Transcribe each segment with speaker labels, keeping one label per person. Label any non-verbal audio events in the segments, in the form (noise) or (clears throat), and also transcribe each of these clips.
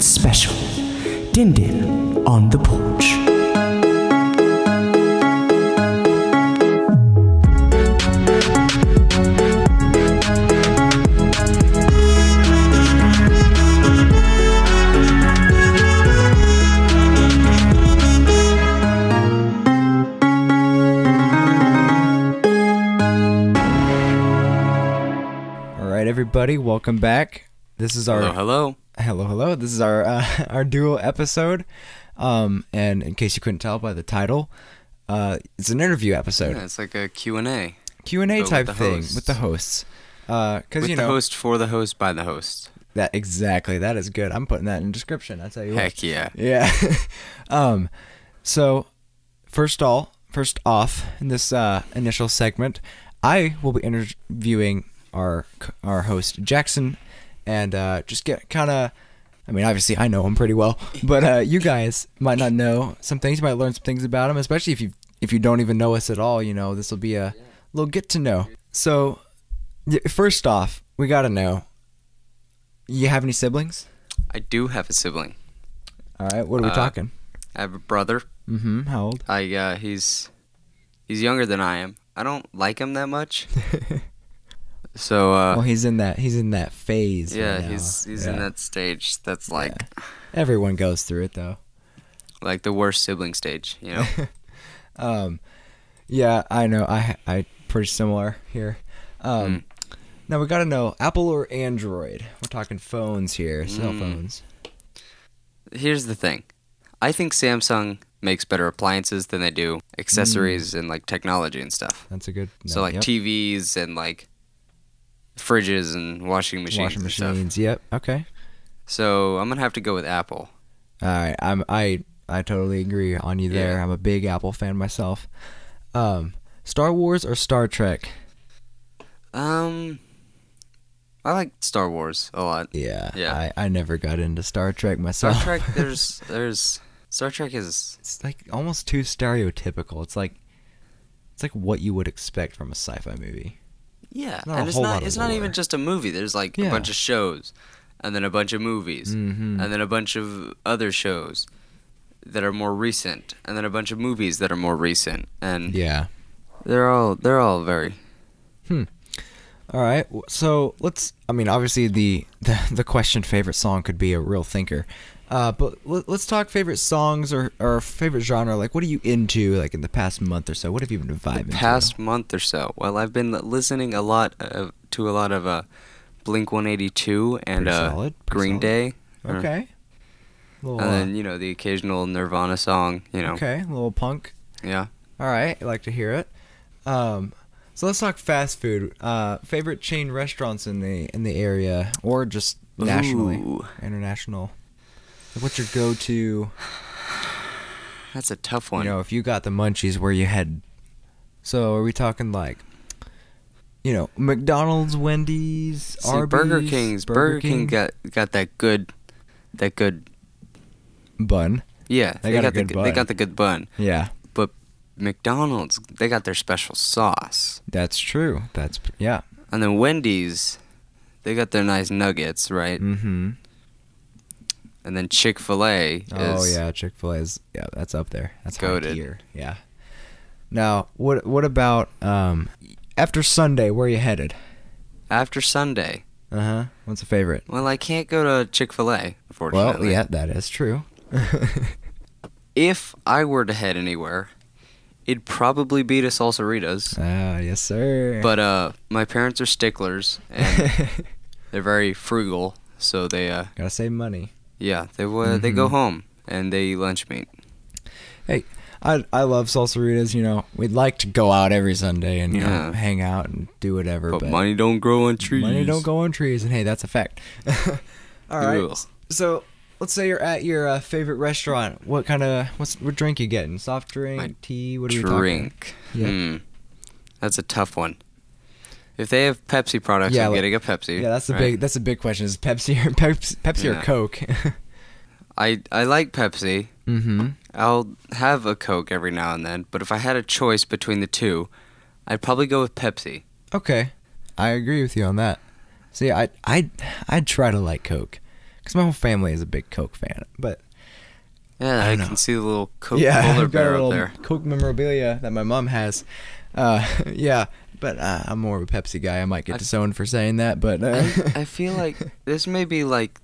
Speaker 1: special. Din Din on the porch.
Speaker 2: All right, everybody, welcome back. This is our
Speaker 3: Hello, hello.
Speaker 2: hello, hello. This is our uh, (laughs) our dual episode. Um, and in case you couldn't tell by the title, uh, it's an interview episode,
Speaker 3: Yeah, it's like a Q&A.
Speaker 2: Q and A
Speaker 3: but with
Speaker 2: type
Speaker 3: the
Speaker 2: thing
Speaker 3: hosts.
Speaker 2: with the hosts. Because
Speaker 3: With
Speaker 2: you
Speaker 3: the
Speaker 2: know
Speaker 3: host, for the host, by the host.
Speaker 2: that exactly. That is good. I'm putting that in description. I tell you what.
Speaker 3: Heck yeah.
Speaker 2: Yeah. (laughs) um, so first all, first off, in this uh, initial segment, I will be interviewing our our host Jackson, and uh, just get kind of. I mean, obviously, I know him pretty well, but uh, you guys might not know some things. You might learn some things about him, especially if you if you don't even know us at all. You know, this will be a little get to know. So, y- first off, we gotta know. You have any siblings?
Speaker 3: I do have a sibling.
Speaker 2: All right, what are we
Speaker 3: Uh,
Speaker 2: talking?
Speaker 3: I have a brother.
Speaker 2: Mm-hmm. How old?
Speaker 3: I uh, he's he's younger than I am. I don't like him that
Speaker 2: (laughs)
Speaker 3: much. So uh,
Speaker 2: well, he's in that he's in that phase. right
Speaker 3: yeah,
Speaker 2: now.
Speaker 3: he's he's in
Speaker 2: Yeah.
Speaker 3: that stage that's like
Speaker 2: Everyone goes through it though.
Speaker 3: like the worst sibling stage, you know.
Speaker 2: (laughs) Um, yeah, I know. I I pretty similar here. Um,
Speaker 3: Mm.
Speaker 2: now we gotta know Apple or Android. We're talking phones here, cell
Speaker 3: Mm.
Speaker 2: phones.
Speaker 3: Here's the thing. I think Samsung makes better appliances than they do accessories
Speaker 2: Mm.
Speaker 3: and like technology and stuff.
Speaker 2: That's a good.
Speaker 3: so
Speaker 2: no,
Speaker 3: like
Speaker 2: yep.
Speaker 3: TVs and like fridges and washing machines
Speaker 2: washing
Speaker 3: and stuff.
Speaker 2: machines. Yep. Okay.
Speaker 3: So I'm gonna have to go with Apple.
Speaker 2: All right, I'm I I totally agree on you there.
Speaker 3: Yeah.
Speaker 2: I'm a big Apple fan myself. Um, Star Wars or Star Trek?
Speaker 3: Um, I like Star Wars a lot.
Speaker 2: Yeah.
Speaker 3: Yeah.
Speaker 2: I, I never got into Star Trek
Speaker 3: Star
Speaker 2: myself.
Speaker 3: Trek,
Speaker 2: (laughs)
Speaker 3: there's there's Star Trek is
Speaker 2: it's like almost too stereotypical. It's like it's like what you would expect from a sci-fi movie.
Speaker 3: yeah,
Speaker 2: Not a
Speaker 3: and it's
Speaker 2: whole lot
Speaker 3: not
Speaker 2: of
Speaker 3: it's not
Speaker 2: lore.
Speaker 3: even just a movie. There's like
Speaker 2: Yeah.
Speaker 3: a bunch of shows, and then a bunch of movies,
Speaker 2: Mhm.
Speaker 3: and then a bunch of other shows that are more recent, and then a bunch of movies that are more recent, and
Speaker 2: Yeah.
Speaker 3: they're all they're all very
Speaker 2: All right. w- So let's. I mean, obviously the the, the question favorite song could be a real thinker, uh, but let, let's talk favorite songs or or favorite genre. Like, what are you into? Like in the past month or so, what have you been vibing? to?
Speaker 3: past month or so. Well, I've been listening a lot of, to a lot of uh, Blink 182 and
Speaker 2: Pretty
Speaker 3: uh,
Speaker 2: solid, pretty
Speaker 3: Green
Speaker 2: solid.
Speaker 3: Day. or-
Speaker 2: Okay. Little,
Speaker 3: And
Speaker 2: uh,
Speaker 3: then you know the occasional Nirvana song, you know.
Speaker 2: okay, a little punk.
Speaker 3: Yeah.
Speaker 2: All right, I like to hear it. Um, so let's talk fast food. Uh, favorite chain restaurants in the in the area, or just nationally,
Speaker 3: Ooh.
Speaker 2: international. Like, What's your go-to?
Speaker 3: That's a tough
Speaker 2: You
Speaker 3: one.
Speaker 2: know, if you got the munchies, where you head? So are we talking like, you know, McDonald's, Wendy's,
Speaker 3: See,
Speaker 2: Arby's,
Speaker 3: Burger King's Burger, King, got got that good that good
Speaker 2: bun?
Speaker 3: yeah,
Speaker 2: They got a
Speaker 3: the
Speaker 2: good
Speaker 3: they
Speaker 2: bun.
Speaker 3: got the good bun.
Speaker 2: Yeah,
Speaker 3: But McDonald's, they got their special sauce.
Speaker 2: that's true. That's yeah.
Speaker 3: And then Wendy's, they got their nice nuggets, right?
Speaker 2: Mm-hmm.
Speaker 3: And then Chick-fil-A is
Speaker 2: Oh yeah, Chick Fil A is yeah, that's up there. That's high
Speaker 3: Goated.
Speaker 2: tier. Yeah. Now, what what about um after Sunday? Where are you headed?
Speaker 3: after Sunday.
Speaker 2: Uh
Speaker 3: Uh-huh.
Speaker 2: huh. What's a favorite?
Speaker 3: Well, I can't go to Chick-fil-A,
Speaker 2: Well,
Speaker 3: unfortunately.
Speaker 2: yeah, that is
Speaker 3: (laughs)
Speaker 2: true.
Speaker 3: If I were to head anywhere, it'd probably be to Salsaritas.
Speaker 2: Ah, yes, sir.
Speaker 3: But uh, my parents are sticklers and they're very frugal, so they uh,
Speaker 2: (laughs) gotta save money.
Speaker 3: yeah, they uh, they go
Speaker 2: Mm-hmm.
Speaker 3: home and they eat lunch meat.
Speaker 2: Hey, I I love salsaritas. You know, we'd like to go out every Sunday and you know
Speaker 3: Yeah.
Speaker 2: hang out and do whatever,
Speaker 3: But
Speaker 2: but,
Speaker 3: money don't grow on trees.
Speaker 2: money don't go on trees. And hey, that's a fact. (laughs) All right.
Speaker 3: Ugh.
Speaker 2: So let's say you're at your uh, favorite restaurant. What kind of what's what drink you getting? Soft drink,
Speaker 3: My
Speaker 2: tea? What are we talking?
Speaker 3: Drink.
Speaker 2: Yeah.
Speaker 3: Hmm. That's a tough one. If they have Pepsi products,
Speaker 2: Yeah,
Speaker 3: I'm
Speaker 2: like-
Speaker 3: getting a Pepsi.
Speaker 2: Yeah, that's the
Speaker 3: right?
Speaker 2: big that's the big question. Is Pepsi or (laughs) Pepsi, Pepsi or
Speaker 3: Yeah.
Speaker 2: Coke? (laughs)
Speaker 3: I I like Pepsi.
Speaker 2: mm-hmm.
Speaker 3: I'll have a Coke every now and then, but if I had a choice between the two, I'd probably go with Pepsi.
Speaker 2: Okay, I agree with you on that. See, I I I try to like Coke because my whole family is a big Coke fan. But
Speaker 3: Yeah, I,
Speaker 2: don't
Speaker 3: can
Speaker 2: know.
Speaker 3: see the little Coke
Speaker 2: yeah, (laughs)
Speaker 3: polar
Speaker 2: I've got a
Speaker 3: bear up
Speaker 2: little
Speaker 3: there.
Speaker 2: Coke memorabilia that my mom has. Uh, (laughs) yeah, but uh, I'm more of a Pepsi guy. I might get
Speaker 3: I-
Speaker 2: disowned for saying that, but uh, (laughs)
Speaker 3: I, I feel like this may be like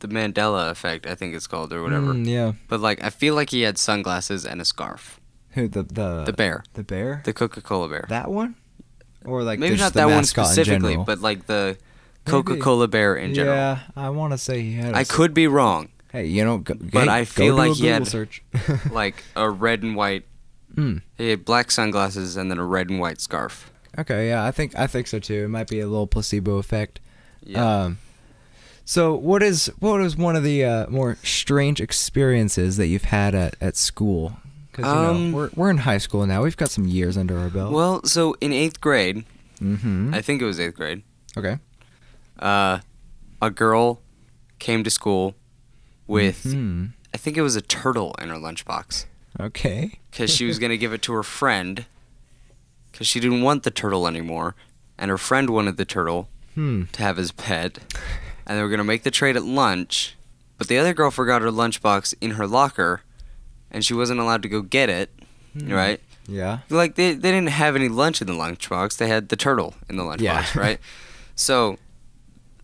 Speaker 3: the Mandela effect, I think it's called, or whatever.
Speaker 2: Mm, yeah,
Speaker 3: But like, I feel like he had sunglasses and a scarf.
Speaker 2: who the the
Speaker 3: The bear,
Speaker 2: the bear
Speaker 3: the Coca-Cola bear.
Speaker 2: that one, or like
Speaker 3: Maybe
Speaker 2: just
Speaker 3: not
Speaker 2: the
Speaker 3: that one
Speaker 2: mascot in
Speaker 3: specifically,
Speaker 2: general?
Speaker 3: but like the
Speaker 2: Maybe.
Speaker 3: Coca-Cola bear in general.
Speaker 2: Yeah, I want to say he had. a
Speaker 3: I
Speaker 2: s-
Speaker 3: could
Speaker 2: (laughs)
Speaker 3: be wrong.
Speaker 2: Hey, you know, go,
Speaker 3: But
Speaker 2: hey,
Speaker 3: I
Speaker 2: go
Speaker 3: feel
Speaker 2: do
Speaker 3: like
Speaker 2: a
Speaker 3: he had-
Speaker 2: Google search.
Speaker 3: (laughs) Like a red and white.
Speaker 2: Hmm.
Speaker 3: He had black sunglasses and then a red and white scarf.
Speaker 2: Okay, yeah, I think I think so too. It might be a little placebo effect.
Speaker 3: Yeah.
Speaker 2: Um, so what is what is one of the uh, more strange experiences that you've had at, at school? Because you
Speaker 3: Um,
Speaker 2: know we're we're in high school now. We've got some years under our belt.
Speaker 3: well, so in eighth grade,
Speaker 2: mm-hmm.
Speaker 3: I think it was eighth grade.
Speaker 2: okay.
Speaker 3: Uh, a girl came to school with
Speaker 2: Hmm.
Speaker 3: I think it was a turtle in her lunchbox
Speaker 2: Okay.
Speaker 3: because she was going to give it to her friend because she didn't want the turtle anymore. And her friend wanted the turtle
Speaker 2: Hmm.
Speaker 3: to have his pet. And they were going to make the trade at lunch. But the other girl forgot her lunchbox in her locker and she wasn't allowed to go get it, right?
Speaker 2: Yeah.
Speaker 3: Like, they, they didn't have any lunch in the lunchbox. They had the turtle in the lunchbox,
Speaker 2: Yeah. (laughs)
Speaker 3: right? So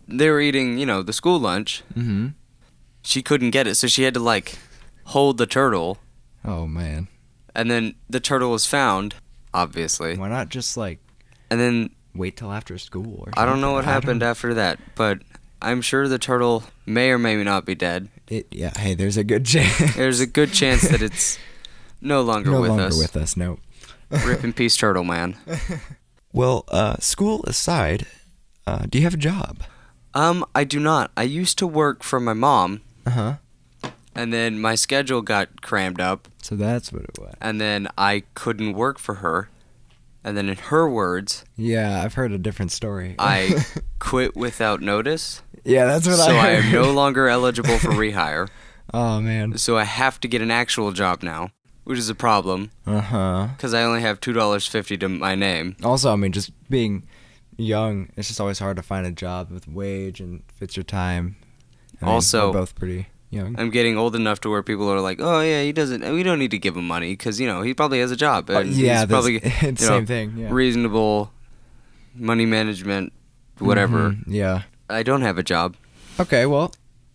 Speaker 3: they were eating, you know, the school lunch.
Speaker 2: Mm-hmm.
Speaker 3: She couldn't get it. So she had to, like, hold the turtle
Speaker 2: Oh man,
Speaker 3: And then the turtle was found, obviously.
Speaker 2: why not just like
Speaker 3: And then
Speaker 2: wait till after school? Or
Speaker 3: I
Speaker 2: something?
Speaker 3: don't know what happened
Speaker 2: don't-
Speaker 3: after that, but I'm sure the turtle may or may not be dead.
Speaker 2: It, yeah. Hey, there's a good chance.
Speaker 3: There's a good chance that it's no longer
Speaker 2: (laughs) no
Speaker 3: with
Speaker 2: longer
Speaker 3: us.
Speaker 2: with us. No.
Speaker 3: Rip in peace, turtle
Speaker 2: (laughs)
Speaker 3: man.
Speaker 1: Well, uh, school aside, uh, do you have a job?
Speaker 3: Um, I do not. I used to work for my mom,
Speaker 2: Uh huh.
Speaker 3: and then my schedule got crammed up,
Speaker 2: So that's what it was.
Speaker 3: and then I couldn't work for her. And then, in her words,
Speaker 2: Yeah, I've heard a different story. (laughs)
Speaker 3: I quit without notice,
Speaker 2: yeah, that's what
Speaker 3: so
Speaker 2: I
Speaker 3: I
Speaker 2: heard.
Speaker 3: am no longer eligible for rehire.
Speaker 2: (laughs) oh man.
Speaker 3: so I have to get an actual job now, which is a problem
Speaker 2: Uh huh.
Speaker 3: because I only have two dollars fifty to my name.
Speaker 2: Also, I mean, just being young, it's just always hard to find a job with wage and fits your time. I mean,
Speaker 3: Also-
Speaker 2: we're both pretty young.
Speaker 3: I'm getting old enough to where people are like, "Oh yeah, he doesn't. We don't need to give him money because you know he probably has a job. and
Speaker 2: Uh, yeah,
Speaker 3: he's
Speaker 2: that's-
Speaker 3: probably
Speaker 2: (laughs) it's
Speaker 3: you know,
Speaker 2: same thing, yeah.
Speaker 3: Reasonable money management, whatever.
Speaker 2: Mhm, yeah.
Speaker 3: I don't have a job.
Speaker 2: Okay. Well,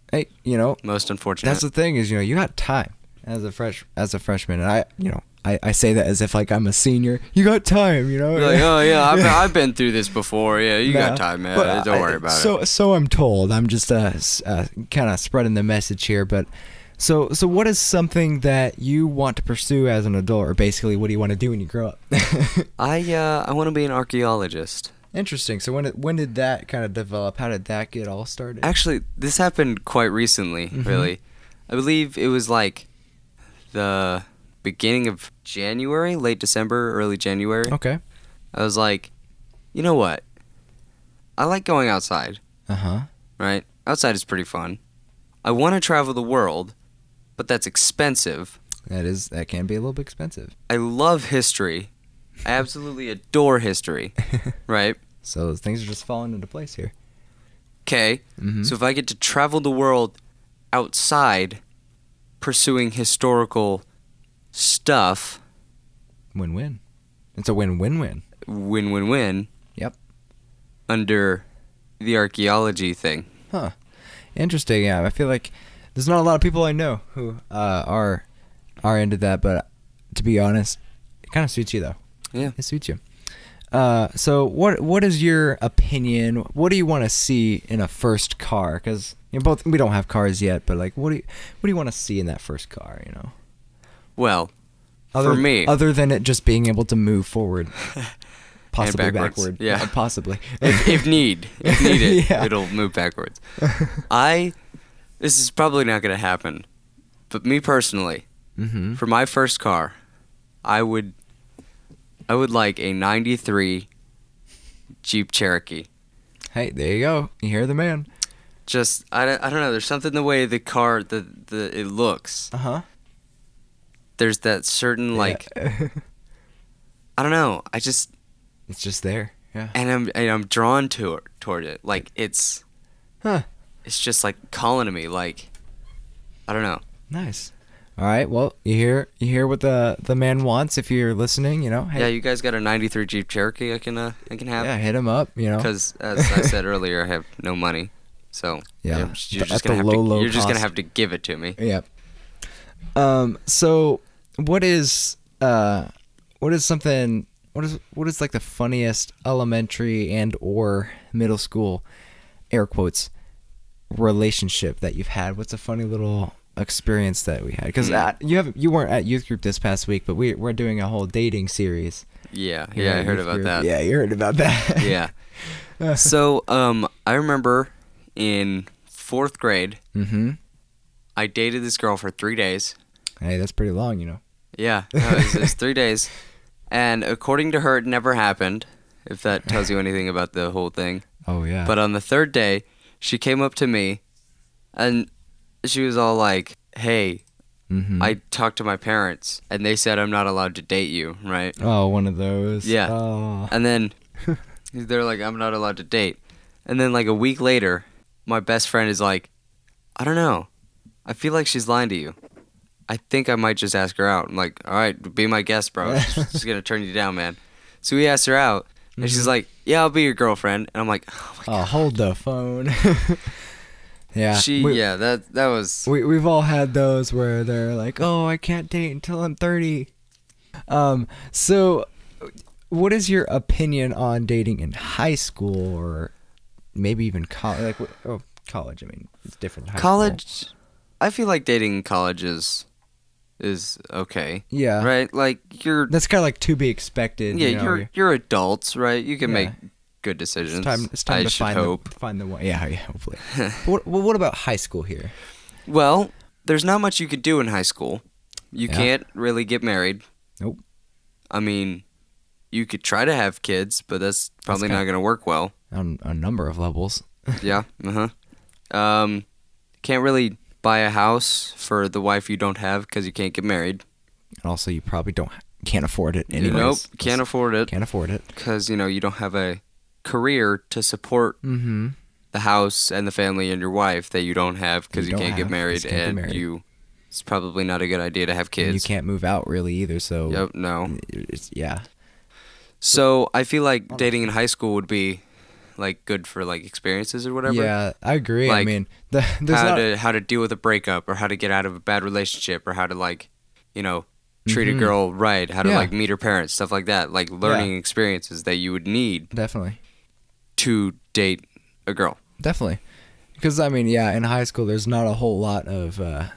Speaker 2: hey, you know,
Speaker 3: Most unfortunate.
Speaker 2: that's the thing is, you know, you got time as a fresh as a freshman, and I, you know, I, I say that as if like I'm a senior. You got time, you know.
Speaker 3: You're
Speaker 2: (laughs)
Speaker 3: like, oh yeah, I've, I've been through this before. Yeah, you
Speaker 2: No,
Speaker 3: got time, man.
Speaker 2: but
Speaker 3: don't
Speaker 2: I-
Speaker 3: worry about
Speaker 2: so,
Speaker 3: it.
Speaker 2: So, I'm told. I'm just uh, s- uh kind of spreading the message here, but so so what is something that you want to pursue as an adult, or basically what do you want to do when you
Speaker 3: (laughs)
Speaker 2: grow up?
Speaker 3: I uh, I want to be an archaeologist.
Speaker 2: Interesting. So when did, when did that kind of develop? How did that get all started?
Speaker 3: Actually, this happened quite recently,
Speaker 2: Mm-hmm.
Speaker 3: really. I believe it was like the beginning of January, late December, early January.
Speaker 2: Okay.
Speaker 3: I was like, you know what? I like going outside,
Speaker 2: Uh huh.
Speaker 3: right? Outside is pretty fun. I want to travel the world, but that's expensive.
Speaker 2: That is that can be a little bit
Speaker 3: (laughs)
Speaker 2: expensive.
Speaker 3: I love history. I absolutely adore history, right?
Speaker 2: So those things are just falling into place here.
Speaker 3: Okay.
Speaker 2: Mm-hmm.
Speaker 3: So if I get to travel the world outside pursuing historical stuff,
Speaker 2: win win. It's a win win win.
Speaker 3: win win win.
Speaker 2: Yep.
Speaker 3: Under the archaeology thing.
Speaker 2: Interesting. Yeah, I feel like there's not a lot of people I know who uh, are are into that, but to be honest, it kind of suits you though.
Speaker 3: Yeah.
Speaker 2: It suits you. Uh, so what what is your opinion? What do you want to see in a first car? Because you know, both we don't have cars yet, but like, what do you what do you want to see in that first car? You know,
Speaker 3: Well,
Speaker 2: other,
Speaker 3: for me,
Speaker 2: other than it just being able to move
Speaker 3: (laughs)
Speaker 2: forward, possibly
Speaker 3: backwards.
Speaker 2: backward,
Speaker 3: Yeah. (laughs)
Speaker 2: possibly. (laughs)
Speaker 3: if, if need, if needed,
Speaker 2: Yeah.
Speaker 3: it'll move backwards. I, this is probably not going to happen, but me personally,
Speaker 2: hmm
Speaker 3: for my first car, I would, I would like a '93 Jeep Cherokee.
Speaker 2: Hey, there you go. You hear the man.
Speaker 3: just I don't, I don't know there's something the way the car the, the it looks
Speaker 2: Uh huh.
Speaker 3: there's that certain like
Speaker 2: (laughs)
Speaker 3: i don't know i just
Speaker 2: it's just there. Yeah.
Speaker 3: and i'm and i'm drawn to it toward it like it's
Speaker 2: Huh.
Speaker 3: it's just like calling to me. Like, I don't know.
Speaker 1: Nice.
Speaker 2: All right. Well, you hear you hear what the the man wants. If you're listening, you know, hey,
Speaker 3: Yeah, you guys got a '93 Jeep Cherokee I can uh, I can
Speaker 2: yeah,
Speaker 3: have
Speaker 2: hit him up. You know,
Speaker 3: because as I
Speaker 2: (laughs)
Speaker 3: said earlier, I have no money. So
Speaker 2: Yeah,
Speaker 3: you're, just- you're
Speaker 2: but
Speaker 3: just
Speaker 2: at the
Speaker 3: gonna have to,
Speaker 2: low, low
Speaker 3: you're just gonna
Speaker 2: cost.
Speaker 3: have to give it to me.
Speaker 2: Yep. Um. So, what is uh, what is something? What is what is like the funniest elementary and or middle school, air quotes, relationship that you've had? What's a funny little experience that we had? Because you have you weren't at youth group this past week, but we we're doing a whole dating series.
Speaker 3: Yeah,
Speaker 2: You're
Speaker 3: yeah,
Speaker 2: at
Speaker 3: I heard
Speaker 2: youth
Speaker 3: about
Speaker 2: group.
Speaker 3: that.
Speaker 2: Yeah, you heard about that. (laughs)
Speaker 3: yeah. so um, I remember in fourth grade,
Speaker 2: mm-hmm.
Speaker 3: I dated this girl for three days.
Speaker 2: Hey, that's pretty long, you know.
Speaker 3: Yeah, no, it, was, it was three days, and according to her, it never happened. If that tells you anything about the whole thing.
Speaker 2: Oh yeah.
Speaker 3: But on the third day, she came up to me, and she was all like, "Hey,
Speaker 2: mm-hmm.
Speaker 3: I talked to my parents, and they said I'm not allowed to date you, right?"
Speaker 2: oh one of those.
Speaker 3: Yeah.
Speaker 2: Oh.
Speaker 3: And then they're like, I'm not allowed to date. And then, like, a week later, my best friend is like, I don't know. I feel like she's lying to you. I think I might just ask her out. I'm like, all right, be my guest,
Speaker 2: (laughs)
Speaker 3: bro. she's going to turn you down, man. So we asked her out, and
Speaker 2: Mm-hmm.
Speaker 3: she's like, yeah, I'll be your girlfriend. And I'm like, oh my
Speaker 2: Oh, hold the phone. (laughs) yeah.
Speaker 3: God. She,
Speaker 2: we,
Speaker 3: yeah, that that was.
Speaker 2: We, we've all had those where they're like, oh, I can't date until I'm 30. Um, so, what is your opinion on dating in high school or maybe even college? Like, wh- oh, college, I mean, it's different. than high school.
Speaker 3: college, I feel like dating in college is, is okay,
Speaker 2: Yeah.
Speaker 3: right? Like, you're,
Speaker 2: That's kind of like to be expected.
Speaker 3: yeah,
Speaker 2: you know,
Speaker 3: you're, you're adults, right? You can
Speaker 2: Yeah.
Speaker 3: make good decisions.
Speaker 2: It's time, it's time
Speaker 3: I
Speaker 2: to
Speaker 3: should
Speaker 2: find
Speaker 3: hope.
Speaker 2: the find the one. Yeah, yeah,
Speaker 3: (laughs)
Speaker 2: hopefully. But what, well, what about high school here?
Speaker 3: Well, there's not much you could do in high school. You
Speaker 2: Yeah.
Speaker 3: can't really get married.
Speaker 2: Nope.
Speaker 3: I mean, you could try to have kids, but that's probably
Speaker 2: kinda-
Speaker 3: not going to work
Speaker 2: (laughs)
Speaker 3: well.
Speaker 2: On a number of levels.
Speaker 3: yeah. Uh huh. Um, can't really buy a house for the wife you don't have because you can't get married.
Speaker 2: And also, you probably don't can't afford it. Anyways.
Speaker 3: nope. Can't afford it
Speaker 2: can't afford it.
Speaker 3: because you know you don't have a career to support
Speaker 2: Mm-hmm.
Speaker 3: the house and the family and your wife that you don't have because
Speaker 2: You
Speaker 3: you,
Speaker 2: don't
Speaker 3: can't
Speaker 2: have,
Speaker 3: get married
Speaker 2: 'cause you can't get
Speaker 3: and
Speaker 2: married.
Speaker 3: you. It's probably not a good idea to have kids.
Speaker 2: You can't move out really either. So
Speaker 3: Yep. No.
Speaker 2: it's, yeah,
Speaker 3: So I feel like dating in high school would be like good for like experiences or whatever.
Speaker 2: yeah, I agree. I
Speaker 3: Like,
Speaker 2: mean, the, there's
Speaker 3: How
Speaker 2: not,
Speaker 3: to how to deal with a breakup or how to get out of a bad relationship or how to like, you know, treat a girl right, how to
Speaker 2: Mm-hmm. Yeah.
Speaker 3: like meet her parents, stuff like that. Like learning experiences that you would need
Speaker 2: definitely,
Speaker 3: to date a girl.
Speaker 2: definitely, because I mean, yeah, in high school, there's not a whole lot of uh,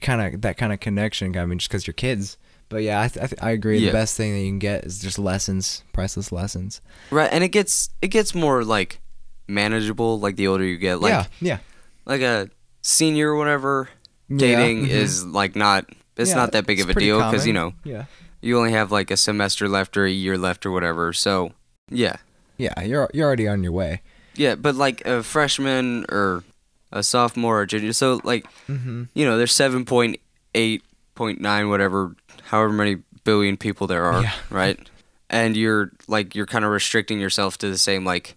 Speaker 2: kind of that kind of connection. I mean, just because you're kids. But yeah, I th- I, th- I agree.
Speaker 3: Yeah.
Speaker 2: The best thing that you can get is just lessons, priceless lessons.
Speaker 3: Right. And it gets it gets more like manageable like the older you get. Like
Speaker 2: yeah, yeah,
Speaker 3: like a senior or whatever
Speaker 2: Yeah,
Speaker 3: dating
Speaker 2: mhm.
Speaker 3: is like not it's
Speaker 2: Yeah,
Speaker 3: not that big
Speaker 2: it's
Speaker 3: of a
Speaker 2: pretty
Speaker 3: deal because you
Speaker 2: common.
Speaker 3: know
Speaker 2: Yeah,
Speaker 3: you only have like a semester left or a year left or whatever. So, yeah.
Speaker 2: yeah, you're you're already on your way.
Speaker 3: Yeah, but like a freshman or a sophomore or junior. So, like,
Speaker 2: Mm-hmm.
Speaker 3: you know, there's 7.8, 0.9, whatever, however many billion people there are,
Speaker 2: Yeah. (laughs)
Speaker 3: right? And you're like, you're kind of restricting yourself to the same, like,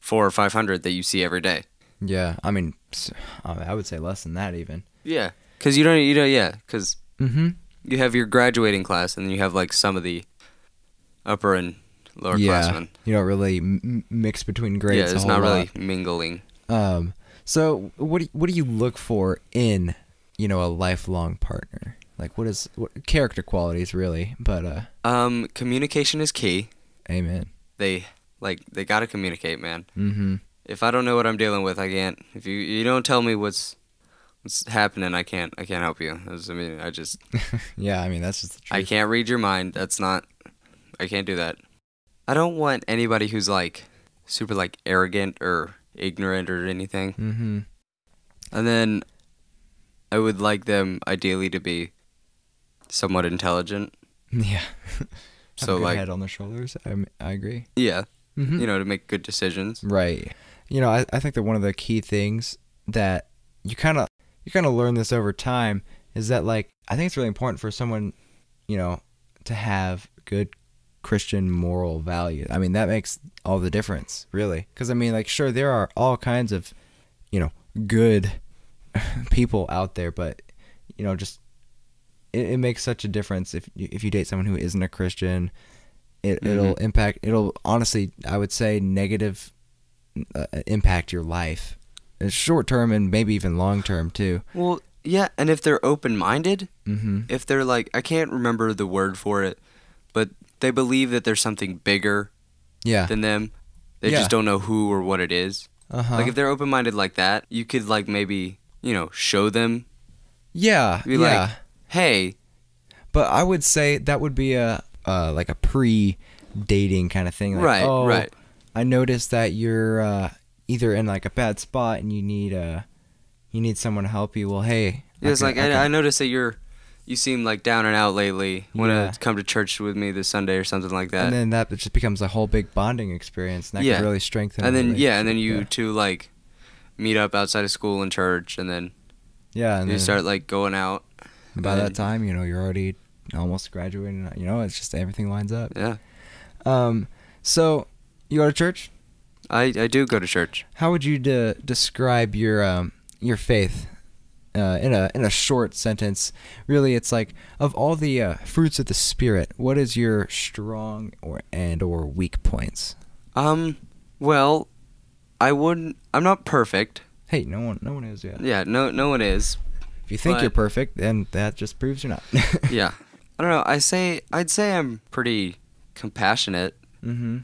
Speaker 3: four or 500 that you see every day.
Speaker 2: Yeah, I mean, s- I would say less than that even.
Speaker 3: Yeah. Cause you don't, you know, yeah. Cause
Speaker 2: Mm-hmm.
Speaker 3: you have your graduating class and then you have, like, some of the upper and lower classmen.
Speaker 2: You don't really m- m- mix between grades.
Speaker 3: Yeah,
Speaker 2: a
Speaker 3: it's
Speaker 2: whole
Speaker 3: not
Speaker 2: lot.
Speaker 3: really mingling.
Speaker 2: Um, so what do you, what do you look for in you know a lifelong partner? Like what is what character qualities really? But uh,
Speaker 3: Um, communication is key.
Speaker 2: amen.
Speaker 3: they like they gotta communicate, man.
Speaker 2: Mm-hmm. (laughs)
Speaker 3: If I don't know what I'm dealing with, I can't. If you you don't tell me what's what's happening, I can't I can't help you. That's- I mean, I just
Speaker 2: Yeah, I mean that's just the
Speaker 3: I
Speaker 2: truth.
Speaker 3: can't read your mind. That's not I can't do that. I don't want anybody who's like super like arrogant or ignorant or anything.
Speaker 2: Mm-hmm. (laughs)
Speaker 3: And then I would like them ideally to be somewhat intelligent.
Speaker 2: Yeah.
Speaker 3: So,
Speaker 2: Have a good
Speaker 3: like-
Speaker 2: head on their shoulders. I I agree.
Speaker 3: Yeah,
Speaker 2: Mm-hmm.
Speaker 3: you know, to make good decisions.
Speaker 2: Right. You know, I, I think that one of the key things that you kind of you kind of learn this over time is that like I think it's really important for someone, you know, to have good Christian moral values. I mean, that makes all the difference, really. Cuz I mean, like sure there are all kinds of, you know, good (laughs) people out there, but you know, just it, it makes such a difference if you, if you date someone who isn't a Christian. It it'll impact. It'll honestly, I would say, negative uh, impact your life, uh, short term and maybe even long term too.
Speaker 3: Well, yeah, and if they're open-minded,
Speaker 2: Mm-hmm.
Speaker 3: if they're like I can't remember the word for it, but they believe that there's something bigger
Speaker 2: Yeah.
Speaker 3: than them. They
Speaker 2: Yeah.
Speaker 3: just don't know who or what it is.
Speaker 2: uh-huh.
Speaker 3: Like if they're open-minded like that, you could like maybe, you know, show them,
Speaker 2: yeah.
Speaker 3: be
Speaker 2: Yeah.
Speaker 3: like, "Hey,
Speaker 2: But I would say that would be a uh, like a pre-dating kind of thing. Like,
Speaker 3: Right,
Speaker 2: oh,
Speaker 3: right.
Speaker 2: I noticed that you're uh, either in like a bad spot and you need uh, you need someone to help you. Well, hey,
Speaker 3: Yeah, it's
Speaker 2: can-
Speaker 3: like
Speaker 2: I
Speaker 3: I,
Speaker 2: can-
Speaker 3: I, noticed that you're, you seem like down and out lately. Want to
Speaker 2: Yeah.
Speaker 3: come to church with me this Sunday or something like that?
Speaker 2: and then that just becomes a whole big bonding experience, and that
Speaker 3: Yeah.
Speaker 2: could really strengthen.
Speaker 3: And
Speaker 2: a
Speaker 3: then, yeah, and then you
Speaker 2: relationship.
Speaker 3: two like meet up outside of school and church, and then
Speaker 2: yeah, yeah and
Speaker 3: you
Speaker 2: then
Speaker 3: start uh, like going out.
Speaker 2: by
Speaker 3: and
Speaker 2: that
Speaker 3: then-
Speaker 2: time, you know, you're already almost graduating. You know, it's just everything lines up.
Speaker 3: Yeah,
Speaker 2: Um, so you go to church.
Speaker 3: I I do go to church.
Speaker 2: How would you de- describe your um, your faith uh, in a in a short sentence? Really, it's like of all the uh, fruits of the spirit, what is your strong or and or weak points?
Speaker 3: Um, well, I wouldn't. I'm not perfect.
Speaker 2: Hey, no one no one is yet.
Speaker 3: Yeah, no, no one is.
Speaker 2: If you think
Speaker 3: But-
Speaker 2: you're perfect, then that just proves you're not. (laughs)
Speaker 3: yeah, I don't know. I say I'd say I'm pretty compassionate.
Speaker 2: Mm-hmm.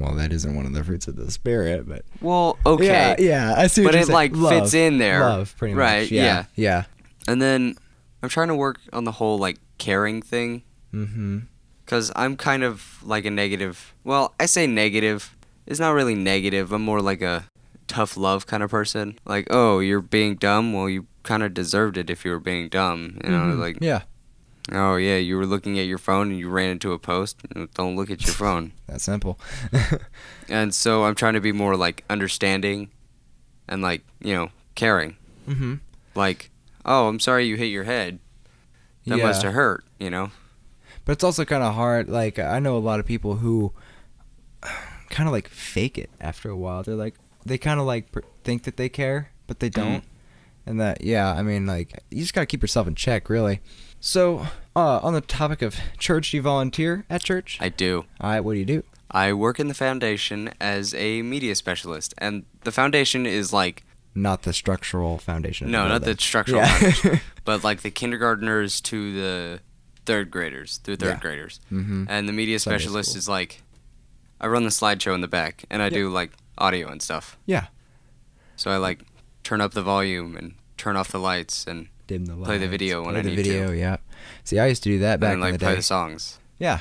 Speaker 2: Well, that isn't one of the fruits of the spirit, but
Speaker 3: Well, okay.
Speaker 2: Yeah, yeah, I see. what
Speaker 3: But
Speaker 2: you're
Speaker 3: it,
Speaker 2: saying.
Speaker 3: like,
Speaker 2: Love.
Speaker 3: fits in there.
Speaker 2: Love, pretty
Speaker 3: Right,
Speaker 2: much. Yeah. Yeah.
Speaker 3: And then I'm trying to work on the whole like caring thing.
Speaker 2: Mm-hmm.
Speaker 3: Because I'm kind of like a negative. Well, I say negative. It's not really negative. I'm more like a tough love kind of person. Like, oh, you're being dumb. Well, you kind of deserved it if you were being dumb. You know, like,
Speaker 2: yeah.
Speaker 3: oh, yeah, you were looking at your phone and you ran into a post. Don't look at your phone.
Speaker 2: That's simple. (laughs)
Speaker 3: And so I'm trying to be more like understanding and like, you know, caring.
Speaker 2: mm-hmm.
Speaker 3: Like, oh, I'm sorry you hit your head. That
Speaker 2: yeah.
Speaker 3: must have hurt, you know?
Speaker 2: but it's also kind of hard like i know a lot of people who (sighs) kind of like fake it after a while they're like they kind of like pr- think that they care but
Speaker 3: Hmm.
Speaker 2: they don't and that yeah i mean like you just gotta keep yourself in check really so uh, on the topic of church do you volunteer at church
Speaker 3: I do.
Speaker 2: all right what do you do
Speaker 3: I work in the foundation as a media specialist, and the foundation is like
Speaker 2: not the structural foundation of
Speaker 3: no, not the
Speaker 2: building.
Speaker 3: structural,
Speaker 2: Yeah. (laughs)
Speaker 3: foundation, but like the kindergartners to the third graders through third
Speaker 2: Yeah.
Speaker 3: graders,
Speaker 2: Mhm.
Speaker 3: and the media
Speaker 2: Sunday
Speaker 3: specialist
Speaker 2: school.
Speaker 3: is like I run the slideshow in the back, and I do like audio and stuff.
Speaker 2: Yeah.
Speaker 3: So I like turn up the volume and turn off the lights and
Speaker 2: dim the
Speaker 3: play the
Speaker 2: lights,
Speaker 3: video when
Speaker 2: play
Speaker 3: I
Speaker 2: the
Speaker 3: need to.
Speaker 2: video yeah see i used to do that back
Speaker 3: and
Speaker 2: in
Speaker 3: like
Speaker 2: the
Speaker 3: play
Speaker 2: day
Speaker 3: the songs.
Speaker 2: Yeah.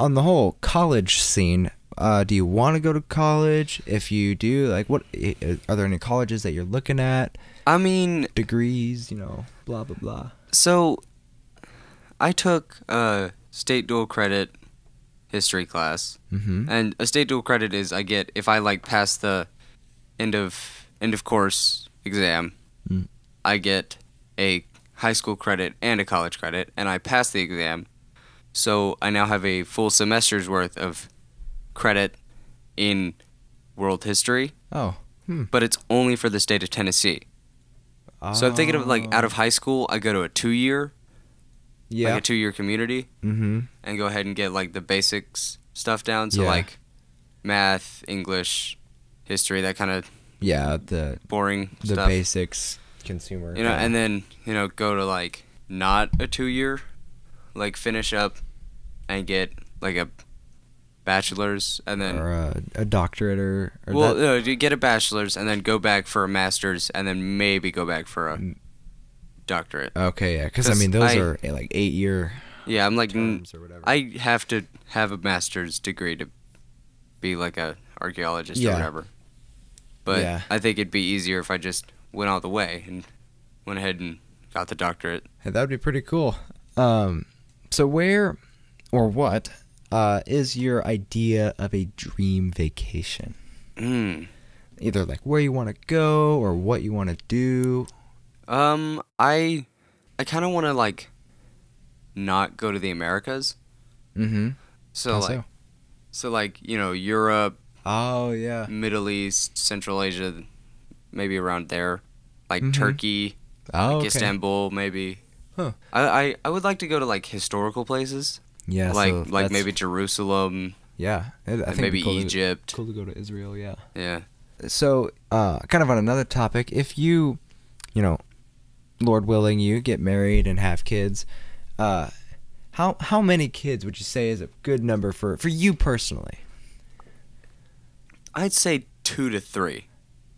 Speaker 2: On the whole college scene, uh, do you want to go to college? If you do, like, what i- are there any colleges that you're looking at?
Speaker 3: I mean,
Speaker 2: Degrees, you know, blah blah blah.
Speaker 3: So, I took a state dual credit history class,
Speaker 2: Mm-hmm.
Speaker 3: and a state dual credit is I get if I like pass the end of end of course exam,
Speaker 2: Mm.
Speaker 3: I get a high school credit and a college credit, and I pass the exam. So I now have a full semester's worth of credit in world history,
Speaker 2: Oh.
Speaker 3: but it's only for the state of Tennessee. So I'm
Speaker 2: um,
Speaker 3: thinking of like out of high school, I go to a two year,
Speaker 2: yeah.
Speaker 3: like a two year community
Speaker 2: mm-hmm.
Speaker 3: and go ahead and get like the basics stuff down. So
Speaker 2: Yeah.
Speaker 3: like math, English, history, that kind of
Speaker 2: Yeah. The
Speaker 3: boring
Speaker 2: the
Speaker 3: stuff.
Speaker 2: basics. Consumer.
Speaker 3: You know, and then you know go to like not a two year, like finish up and get like a bachelor's and then
Speaker 2: or a, a doctorate or, or
Speaker 3: well
Speaker 2: that-
Speaker 3: no you get a bachelor's and then go back for a master's and then maybe go back for
Speaker 2: Mm.
Speaker 3: a doctorate.
Speaker 2: okay, yeah, because I
Speaker 3: 'cause
Speaker 2: mean those
Speaker 3: I- Mm.
Speaker 2: are eh, like eight year
Speaker 3: Yeah, I'm like n-
Speaker 2: terms or whatever.
Speaker 3: I have to have a master's degree to be like a archaeologist or
Speaker 2: Yeah.
Speaker 3: whatever. But
Speaker 2: Yeah.
Speaker 3: I think it'd be easier if I just went all the way and went ahead and got the doctorate.
Speaker 2: Hey, that would be pretty cool. Um, so where or what uh, is your idea of a dream vacation?
Speaker 3: Mm.
Speaker 2: Either like where you want to go or what you want to do.
Speaker 3: Um, I I kind of want to like not go to the Americas.
Speaker 2: Mm-hmm.
Speaker 3: So like so? like, you know, Europe,
Speaker 2: Oh yeah.
Speaker 3: Middle East, Central Asia, maybe around there. like
Speaker 2: Mhm.
Speaker 3: Turkey,
Speaker 2: Oh,
Speaker 3: like
Speaker 2: okay.
Speaker 3: Istanbul, maybe.
Speaker 2: Huh.
Speaker 3: I, I I would like to go to like historical places,
Speaker 2: Yeah,
Speaker 3: like
Speaker 2: so
Speaker 3: like
Speaker 2: that's-
Speaker 3: maybe Jerusalem,
Speaker 2: yeah, I I
Speaker 3: and
Speaker 2: think it'd be
Speaker 3: maybe
Speaker 2: cool to-
Speaker 3: Egypt.
Speaker 2: cool to go to Israel. Yeah.
Speaker 3: Yeah.
Speaker 2: so uh, kind of on another topic if you you know lord willing you get married and have kids uh, how how many kids would you say is a good number for for you personally
Speaker 3: I'd say two to three.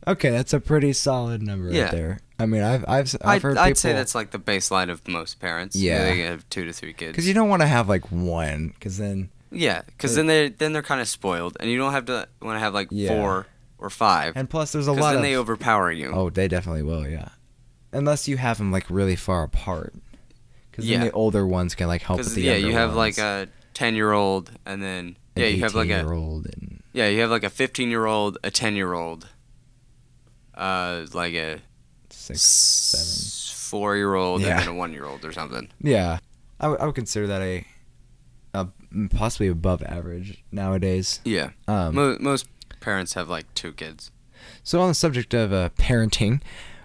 Speaker 2: okay that's a pretty solid number
Speaker 3: Yeah.
Speaker 2: right there i mean i've i've, I've
Speaker 3: I'd,
Speaker 2: heard
Speaker 3: I'd
Speaker 2: people
Speaker 3: say that's like the baseline of most parents.
Speaker 2: Yeah.
Speaker 3: they have two to three kids.
Speaker 2: because you don't want to have like one because then
Speaker 3: yeah, because then they then they're kind of spoiled, and you don't have to want to have like
Speaker 2: Yeah.
Speaker 3: four or five.
Speaker 2: and plus there's a
Speaker 3: Because
Speaker 2: lot
Speaker 3: then
Speaker 2: of
Speaker 3: they overpower you.
Speaker 2: oh they definitely will yeah unless you have them like really far apart because
Speaker 3: Yeah.
Speaker 2: then the older ones can like help with
Speaker 3: Because
Speaker 2: the
Speaker 3: yeah,
Speaker 2: younger
Speaker 3: you have
Speaker 2: ones.
Speaker 3: like a ten year old, and then
Speaker 2: An
Speaker 3: yeah, you have like a
Speaker 2: 18-year-old and
Speaker 3: yeah, you have like a fifteen year old, a ten year old, uh, like a
Speaker 2: six
Speaker 3: four year old,
Speaker 2: Yeah.
Speaker 3: and then a one year old or something.
Speaker 2: Yeah, I would I would consider that a, a mm, possibly above average nowadays.
Speaker 3: Yeah,
Speaker 2: Um,
Speaker 3: Mo- most parents have like two kids.
Speaker 2: so on the subject of uh, parenting,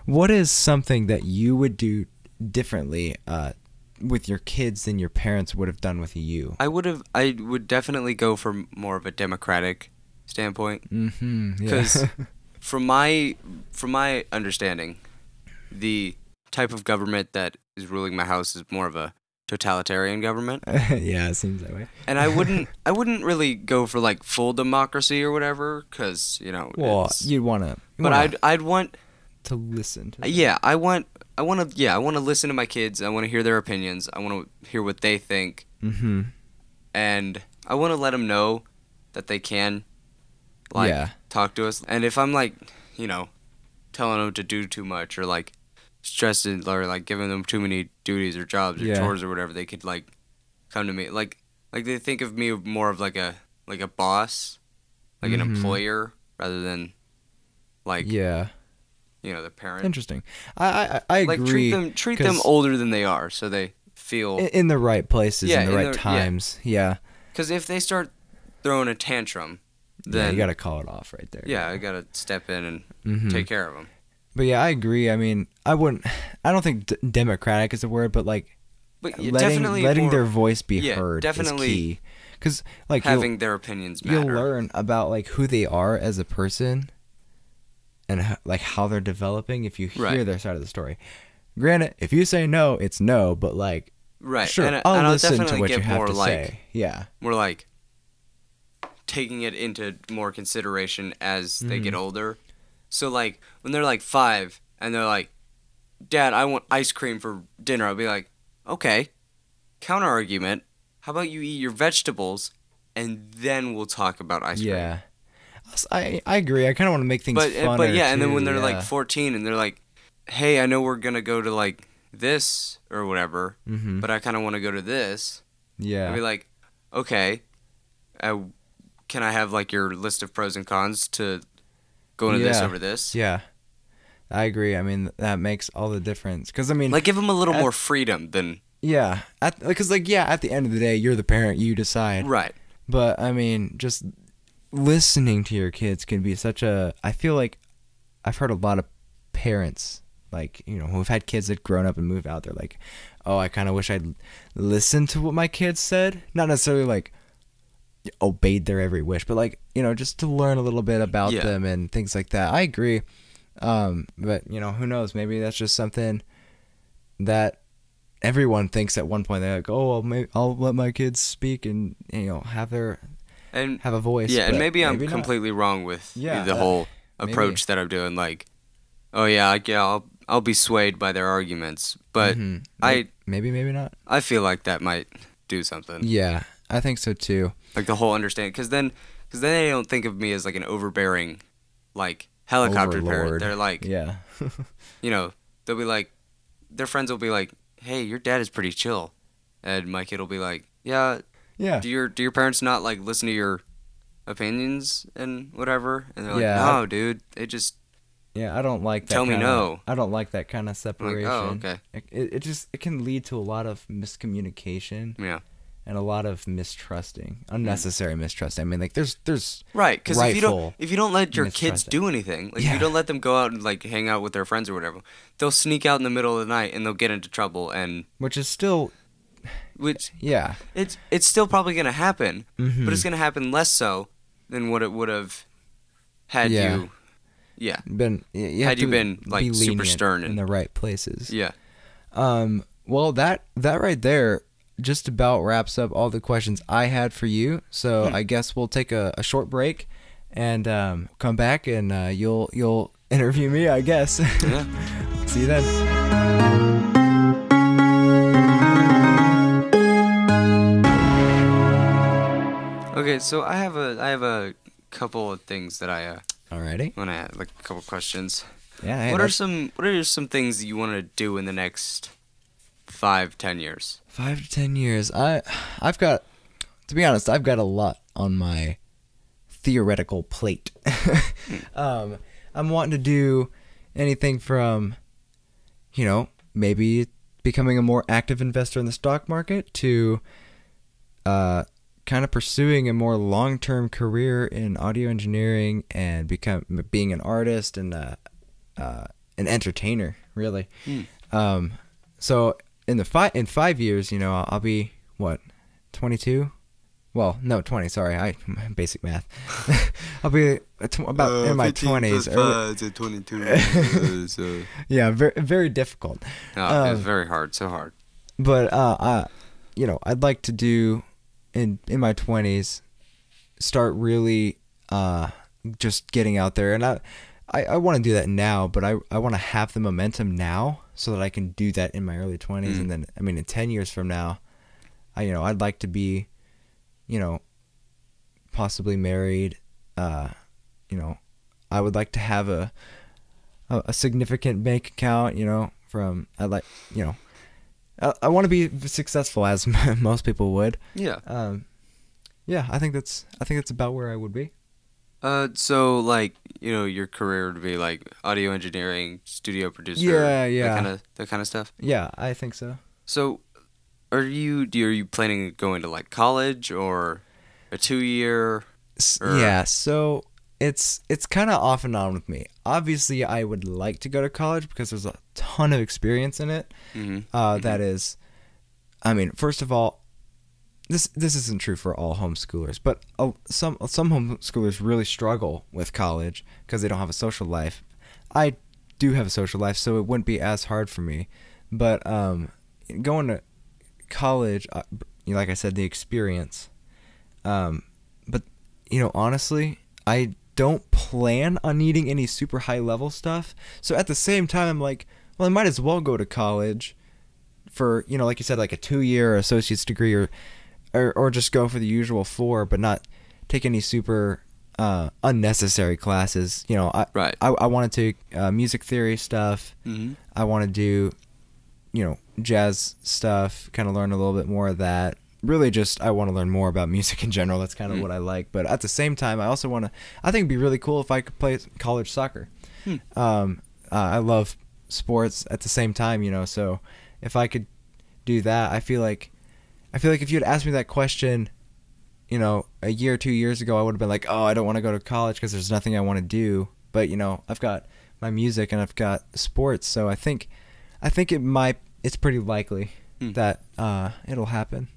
Speaker 2: what is something that you would do differently uh, with your kids than your parents would have done with you?
Speaker 3: I would have, I would definitely go for more of a democratic standpoint.
Speaker 2: Mm-hmm.
Speaker 3: 'Cause- from my from my understanding, the type of government that is ruling my house is more of a totalitarian government.
Speaker 2: (laughs) yeah, it seems that way.
Speaker 3: And I
Speaker 2: (laughs)
Speaker 3: wouldn't I wouldn't really go for like full democracy or whatever cuz you know
Speaker 2: Well,
Speaker 3: it's-
Speaker 2: you'd want to,
Speaker 3: but I'd I'd want
Speaker 2: to listen. To
Speaker 3: yeah, I want I want to yeah, I want to listen to my kids. I want to hear their opinions. I want to hear what they think
Speaker 2: Mm-hmm.
Speaker 3: and I want to let them know that they can like
Speaker 2: yeah.
Speaker 3: talk to us. And if I'm like, you know, telling them to do too much or like stressing or like giving them too many duties or jobs or
Speaker 2: Yeah.
Speaker 3: chores or whatever, they could like come to me like like they think of me more of like a like a boss, like an
Speaker 2: Mhm.
Speaker 3: employer rather than like
Speaker 2: yeah.
Speaker 3: you know the parent.
Speaker 2: Interesting. I I, I agree.
Speaker 3: Like treat them treat them
Speaker 2: 'cause-
Speaker 3: older than they are so they feel
Speaker 2: in, in the right places,
Speaker 3: Yeah,
Speaker 2: in the
Speaker 3: in
Speaker 2: right
Speaker 3: the- yeah.
Speaker 2: times. Yeah.
Speaker 3: because if they start throwing a tantrum,
Speaker 2: yeah.
Speaker 3: then
Speaker 2: You got to call it off right there.
Speaker 3: yeah, I gotta step in and
Speaker 2: Mhm.
Speaker 3: take care of them.
Speaker 2: But yeah, I agree. I mean, I wouldn't. (sighs) I don't think d- democratic is the word, but like
Speaker 3: But yeah,
Speaker 2: letting
Speaker 3: definitely
Speaker 2: letting
Speaker 3: more-
Speaker 2: their voice be
Speaker 3: yeah,
Speaker 2: heard
Speaker 3: definitely
Speaker 2: is key. Because like
Speaker 3: having their opinions
Speaker 2: you'll,
Speaker 3: matter.
Speaker 2: you'll learn about like who they are as a person, and h- like how they're developing if you hear
Speaker 3: Right.
Speaker 2: their side of the story. Granted, if you say no, it's no. But like,
Speaker 3: right?
Speaker 2: sure,
Speaker 3: and, I-
Speaker 2: I'll
Speaker 3: and I'll
Speaker 2: listen
Speaker 3: definitely
Speaker 2: to what
Speaker 3: get
Speaker 2: you have
Speaker 3: more
Speaker 2: to
Speaker 3: like
Speaker 2: say. Yeah,
Speaker 3: more like taking it into more consideration as they
Speaker 2: Mm-hmm.
Speaker 3: get older. So like when they're like five and they're like, "Dad, I want ice cream for dinner," I'll be like, "Okay." Counter argument: How about you eat your vegetables, and then we'll talk about ice cream.
Speaker 2: yeah. I s- I, I agree. I kind of want to make things
Speaker 3: but
Speaker 2: funner.
Speaker 3: but yeah, and then
Speaker 2: too,
Speaker 3: when they're
Speaker 2: yeah.
Speaker 3: like 14 and they're like, "Hey, I know we're gonna go to like this or whatever,
Speaker 2: Mhm.
Speaker 3: but I kind of want to go to this."
Speaker 2: yeah,
Speaker 3: I'd be like, okay, uh, can I have like your list of pros and cons to go into this
Speaker 2: Yeah.
Speaker 3: over this?
Speaker 2: Yeah, I agree. I mean, that makes all the difference. Because I mean,
Speaker 3: Like, give them a little
Speaker 2: At-
Speaker 3: more freedom than
Speaker 2: yeah, because like yeah, at the end of the day, you're the parent, you decide.
Speaker 3: right.
Speaker 2: But I mean, just listening to your kids can be such a. I feel like I've heard a lot of parents like you know who've had kids that grown up and moved out. They're like, oh, I kind of wish I'd listened to what my kids said, not necessarily like obeyed their every wish, but like you know just to learn a little bit about
Speaker 3: Yeah.
Speaker 2: them and things like that. I agree. Um, but you know, who knows? Maybe that's just something that everyone thinks at one point. They're like, "Oh, I'll, ma- I'll let my kids speak and you know have their
Speaker 3: And
Speaker 2: have a voice."
Speaker 3: yeah, and
Speaker 2: but
Speaker 3: maybe I'm
Speaker 2: not.
Speaker 3: completely wrong with
Speaker 2: Yeah,
Speaker 3: the
Speaker 2: that-
Speaker 3: whole
Speaker 2: maybe.
Speaker 3: approach that I'm doing. Like, oh yeah, I, yeah, I'll I'll be swayed by their arguments, but
Speaker 2: Mhm.
Speaker 3: I
Speaker 2: maybe maybe not.
Speaker 3: I feel like that might do something.
Speaker 2: Yeah, I think so too.
Speaker 3: Like the whole understand, because then because then they don't think of me as like an overbearing, like helicopter parent.
Speaker 2: Overlord.
Speaker 3: They're like,
Speaker 2: Yeah, (laughs)
Speaker 3: you know, they'll be like, their friends will be like, "Hey, your dad is pretty chill," and my kid will be like, "Yeah,
Speaker 2: yeah,
Speaker 3: do your do your parents not like listen to your opinions and whatever?" And they're like,
Speaker 2: Yeah.
Speaker 3: "No, dude, they just
Speaker 2: yeah. I don't like that.
Speaker 3: Tell me
Speaker 2: kinda-
Speaker 3: no.
Speaker 2: I don't like that kind of
Speaker 3: I'm like,
Speaker 2: separation.
Speaker 3: oh, okay,
Speaker 2: It, it just it can lead to a lot of miscommunication
Speaker 3: yeah,
Speaker 2: and a lot of mistrusting, unnecessary mistrust. I mean, like there's there's
Speaker 3: Right, because if you
Speaker 2: Rightful
Speaker 3: don't if you don't let your kids
Speaker 2: mistrusting.
Speaker 3: do anything, like if
Speaker 2: Yeah.
Speaker 3: you don't let them go out and like hang out with their friends or whatever, they'll sneak out in the middle of the night and they'll get into trouble. And
Speaker 2: which is still
Speaker 3: which
Speaker 2: yeah
Speaker 3: it's it's still probably gonna happen,
Speaker 2: Mhm.
Speaker 3: but it's gonna happen less so than what it would have had
Speaker 2: Yeah.
Speaker 3: you. Yeah,
Speaker 2: been y- you have
Speaker 3: Had you
Speaker 2: to
Speaker 3: been, like,
Speaker 2: be
Speaker 3: super
Speaker 2: lenient
Speaker 3: stern
Speaker 2: in
Speaker 3: and-
Speaker 2: the right places.
Speaker 3: yeah.
Speaker 2: Um, well, that that right there just about wraps up all the questions I had for you. So
Speaker 3: Hmm.
Speaker 2: I guess we'll take a, a short break and um, come back, and uh, you'll you'll interview me, I guess. (laughs)
Speaker 3: Yeah.
Speaker 2: See you then.
Speaker 3: Okay, so I have a I have a couple of things that I uh,
Speaker 2: Alrighty.
Speaker 3: want to add, like a couple questions.
Speaker 2: Yeah. hey,
Speaker 3: what are
Speaker 2: that's
Speaker 3: some What are some things that you want to do in the next five ten years?
Speaker 2: five to ten years? I I've got to be honest, I've got a lot on my theoretical plate. (laughs)
Speaker 3: Hmm.
Speaker 2: um, I'm wanting to do anything from, you know, maybe becoming a more active investor in the stock market to uh, kind of pursuing a more long term career in audio engineering and become being an artist and uh, uh, an entertainer, really. Um, so in the five in five years, you know, I'll, I'll be what, twenty two? Well, no, twenty. Sorry, I (laughs) basic math. I'll be a tw- about Uh,
Speaker 3: Uh,
Speaker 2: in my twenties. Yeah, very very difficult.
Speaker 3: (laughs) Oh,
Speaker 2: Um,
Speaker 3: it's very hard, so hard.
Speaker 2: but uh, I, you know, I'd like to do in in my twenties, start really uh, just getting out there, and I, I, I want to do that now, but I I want to have the momentum now so that I can do that in my early twenties, and then I mean, in ten years from now, I you know I'd like to be, you know, possibly married, uh, you know, I would like to have a, a, a significant bank account, you know, from I like you know. I, I want to be successful as (laughs) most people would.
Speaker 3: Yeah.
Speaker 2: Um, yeah, I think that's I think that's about where I would be.
Speaker 3: Uh, so like you know, your career would be like audio engineering, studio producer.
Speaker 2: Yeah, yeah.
Speaker 3: That kind of that kind of stuff.
Speaker 2: Yeah, I think so.
Speaker 3: So, are you do you, are you planning to go into like college or a two year?
Speaker 2: S-
Speaker 3: Or-
Speaker 2: Yeah, so it's it's kind of off and on with me. Obviously, I would like to go to college because there's a ton of experience in it.
Speaker 3: Mm-hmm.
Speaker 2: Uh, that is, I mean, first of all, this this isn't true for all homeschoolers, but uh, some some homeschoolers really struggle with college because they don't have a social life. I do have a social life, so it wouldn't be as hard for me. But um, going to college, uh, you know, like I said, the experience. Um, but you know, honestly, I don't plan on needing any super high level stuff. So at the same time, I'm like, well, I might as well go to college for you know, like you said, like a two year associate's degree, or, or or just go for the usual four, but not take any super uh, unnecessary classes. You know, I
Speaker 3: Right.
Speaker 2: I, I wanted to uh, music theory stuff.
Speaker 3: Mhm.
Speaker 2: I want to do, you know, jazz stuff. Kind of learn a little bit more of that. Really, just I want to learn more about (laughs) music in general. That's kind of what I like. But at the same time, I also want to. I think it'd be really cool if I could play college soccer. Um, uh, I love sports at the same time, you know. So if I could do that, I feel like, I feel like if you had asked me that question you know, a year or two years ago, I would have been like, oh, I don't want to go to college because there's nothing I want to do. But you know, I've got my music and I've got sports, so I think, I think it might. It's pretty likely
Speaker 3: Hmm.
Speaker 2: that uh, it'll happen.